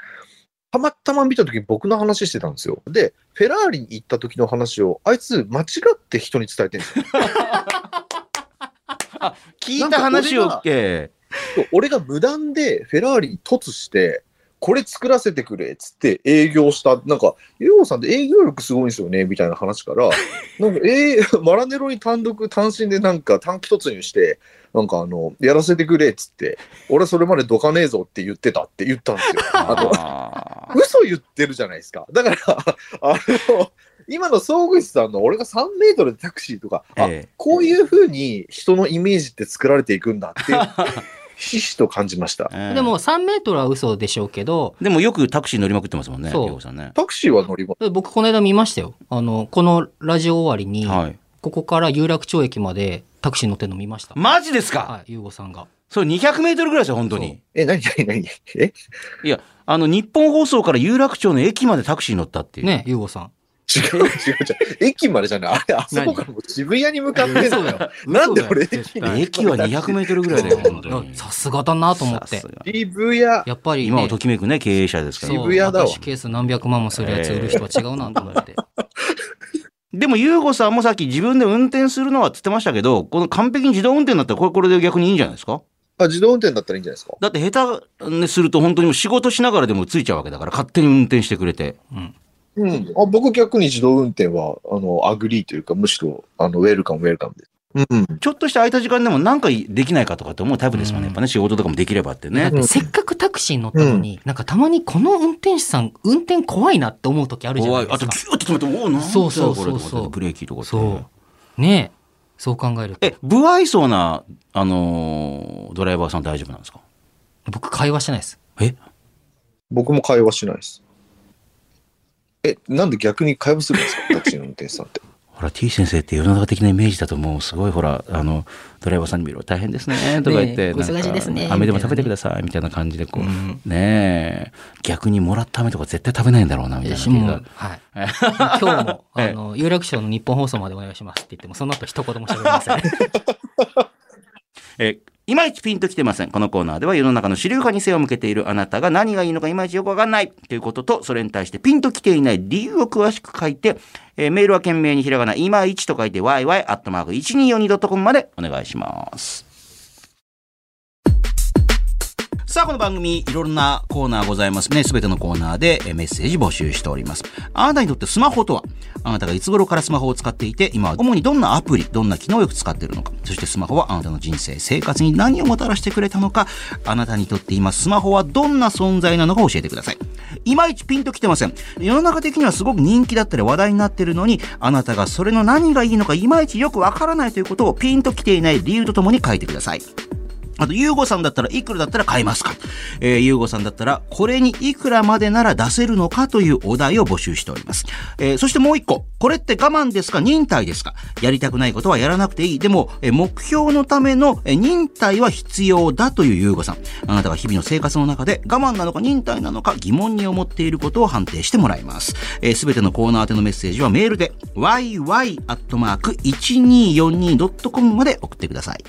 B: たまたま見た時僕の話してたんですよ。で、フェラーリに行った時の話を、あいつ間違って人に伝えてるんですよ。
A: 聞いた話
B: なん
A: を
B: か
A: え
B: そう俺が無断でフェラーリに突して、これ作らせてくれっつって営業した、なんか、ようさんって営業力すごいんですよねみたいな 話から、なんか、えーマラネロに単独、単身でなんか短期突入して、なんかあの、やらせてくれっつって、俺はそれまでどかねえぞって言ってたって言ったんです よ。あと、
A: あ
B: 嘘言ってるじゃないですか。だから、あの、今の総口さんの俺が3メートルでタクシーとか、あ、
A: ええ
B: こういうふうに人のイメージって作られていくんだ って、ひしと感じました。
A: ええ
D: でも3メートルは嘘でしょうけど、
A: でもよくタクシー乗りまくってますもんね、
D: そう
A: りょうさんね。
B: タクシーは乗り物。
D: 僕この間見ましたよ。あの、このラジオ終わりに、
A: はい。
D: ここから有楽町駅までタクシー乗ってんの見ました。
A: マジですか、
D: はい、ゆうごさんが。
A: それ200メートルぐらいですよ、本当に。
B: え、なになになにえ
A: いや、あの、日本放送から有楽町の駅までタクシー乗ったっていう。
D: ね、ゆうごさん。
B: 違う違う違う。駅までじゃない。あれ、あそこからもう渋谷に向かってんの
D: 嘘だ
B: よ
D: よ。
B: なんで
D: 嘘だよ
B: 俺
D: 絶
B: 駅
D: 対
B: に
A: 駅は200メートルぐらいだよ、本当に。
D: さすがだなと思っ
A: さ
D: て
A: す。が
B: 渋谷。
D: やっぱり、ね、
A: 今をときめくね、経営者ですから
B: そ。う渋谷だわ
D: 私ケース何百万もするやつ売る人は違うなと思 って。
A: でも、ゆうごさんもさっき自分で運転するのはって言ってましたけど、この完璧に自動運転だったら、これ、これで逆にいいんじゃないですか
B: あ、自動運転だったらいいんじゃないですか。
A: だって、下手ねすると本当にもう仕事しながらでもついちゃうわけだから、勝手に運転してくれて。
D: うん。
B: うん。あ僕逆に自動運転は、あの、アグリーというか、むしろ、あの、ウェルカム、ウェルカムです。うん。
A: ちょっとした空いた時間でも何かできないかとかって思うタイプですもんね。
D: う
A: や
D: ん
A: っぱね、仕事とかもできればって
D: だっ
A: ね。
D: てせっかくタクシーに乗ったのに、なんかたまにこの運転手さん、運転怖いなって思う時あるじゃな
A: 怖
D: い
A: い。
D: で
A: あ
D: す
A: と、
D: か。
A: ギューって止めて、おお、なんだ
D: そうそうそうそう
A: これと思ってブレーキとかって
D: そう。ねえ。そう考えると。
A: え、不愛想な、あのードライバーさん大丈夫なんですか
D: 僕会話してないです。
A: え
B: 僕も会話しないです。え、なんで逆に会話するん ですかタクシーの運転手さんって。
A: ほら、T 先生って世の中的なイメージだともうすごいほら、あの、ドライバーさんに見ろ、大変ですね、とか言って、
D: ねえ
A: なんか
D: お忙しいですね
A: 飴でも
D: みた
A: 食
D: いなね
A: べてください、みたいな感じでこう、
D: うん
A: ねえ、逆にもらった飴とか絶対食べないんだろうな、みたいな
D: 私
A: 気が。
D: も、はい。今日も、あ の、有楽町の日本放送までお願いしますって言っても、その後一言も喋りません。
A: えーいまいちピンときてません。このコーナーでは世の中の主流派に背を向けているあなたが何がいいのかいまいちよくわかんないということと、それに対してピンときていない理由を詳しく書いて、えーメールは懸命にひらがな、いまいちと書いて yy.1242.com までお願いします。さあ、この番組、いろんなコーナーございますね。すべてのコーナーでえーメッセージ募集しております。あなたにとってスマホとはあなたがいつ頃からスマホを使っていて、今は主にどんなアプリ、どんな機能をよく使っているのか、そしてスマホはあなたの人生、生活に何をもたらしてくれたのか、あなたにとって今スマホはどんな存在なのか教えてください。いまいちピンときてません。世の中的にはすごく人気だったり話題になっているのに、あなたがそれの何がいいのかいまいちよくわからないということをピンときていない理由とともに書いてください。あと、ゆうごさんだったらいくらだったら買えますかえー、ゆうごさんだったら、これにいくらまでなら出せるのかというお題を募集しております。えーそしてもう一個。これって我慢ですか忍耐ですかやりたくないことはやらなくていい。でも、えー目標のための、えー忍耐は必要だというゆうごさん。あなたが日々の生活の中で我慢なのか忍耐なのか疑問に思っていることを判定してもらいます。えーすべてのコーナー宛てのメッセージはメールで、yy.1242.com まで送ってください。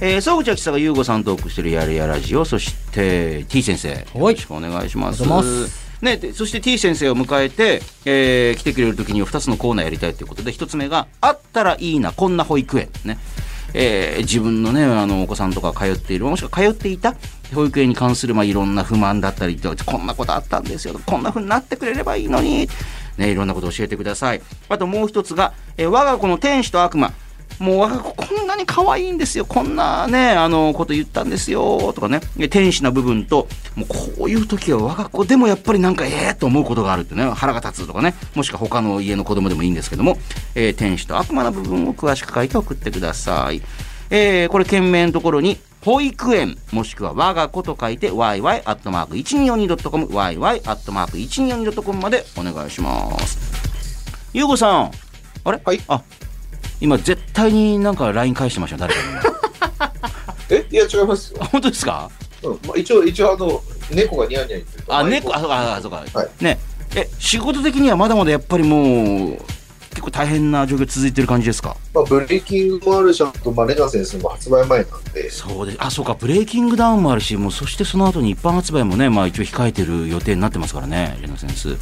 A: えー、総口秋さんが優吾さんとお送りしているやるやラジオ、そして T 先生、
D: い
A: よろしくお願いします。
D: おはようございま
A: ね、でそして T 先生を迎えて、えー来てくれる時には2つのコーナーやりたいということで1つ目が「あったらいいなこんな保育園」ね、えー自分のねあのお子さんとか通っているもしくは通っていた保育園に関する、まあ、いろんな不満だったりとかこんなことあったんですよこんな風になってくれればいいのに、ね、いろんなことを教えてくださいあともう1つが、えー我が子の天使と悪魔」もう我が子こんなに可愛いんですよこんなねあのこと言ったんですよとかねで天使な部分ともうこういう時は我が子でもやっぱりなんかええと思うことがあるってね腹が立つとかねもしくは他の家の子供でもいいんですけども、えー天使と悪魔な部分を詳しく書いて送ってください、えーこれ件名のところに保育園もしくは我が子と書いて yy.1242.com yy.1242.com までお願いしますゆうごさんあれ
B: はい
A: あ今絶対になんか LINE 返してましたよ誰か
B: え、いや、違いますよ。
A: に本当ですか
B: うん。まあ、一応、一応、あの、猫がニヤニヤ言ってる
A: あ猫あそうかあそうか、
B: は
A: ねえ仕事的にはまだまだやっぱりもう結構大変な状況続いてる感じですか
B: まあ、ブレーキングもあるし、あと、まあ、レナセンスも発売前なんで、
A: そうですあそうかブレイキングダウンもあるしもうそしてその後に一般発売もねまあ一応控えてる予定になってますからねレナセンス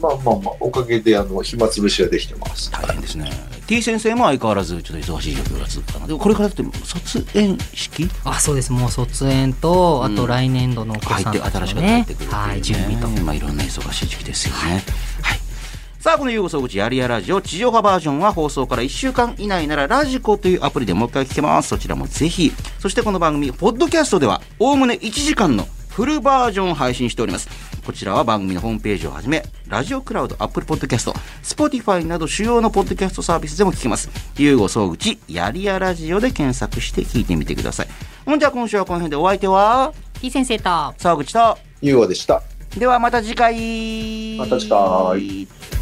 B: まあまあまあ、おかげで、あの、暇つぶしはできてます。
A: 大変ですね T 先生も相変わらずちょっと忙しい状況が続くかなでもこれからだって卒園式
D: あそうですもう卒園とあと来年度のお子
A: 入
D: さ
A: っ
D: ん
A: て
D: たち
A: 新し
D: の
A: く入
D: ね
A: ってくるっていうね
D: はい準備と
A: まあいろんな忙しい時期ですよねはいさあこの「ゆうご総口やりやラジオ」地上波バージョンは放送から1週間以内ならラジコというアプリでもう一回聞けますそちらもぜひそしてこの番組ポッドキャストではおおむね1時間のフルバージョンを配信しておりますこちらは番組のホームページをはじめラジオクラウドアップルポッドキャスト Spotify など主要のポッドキャストサービスでも聞けますゆうご総口やりやラジオで検索して聞いてみてくださいほんじゃあ今週はこの辺でお相手は
D: T 先生と
A: 沢口と
B: ゆうわでした。
A: ではまた次回
B: また次回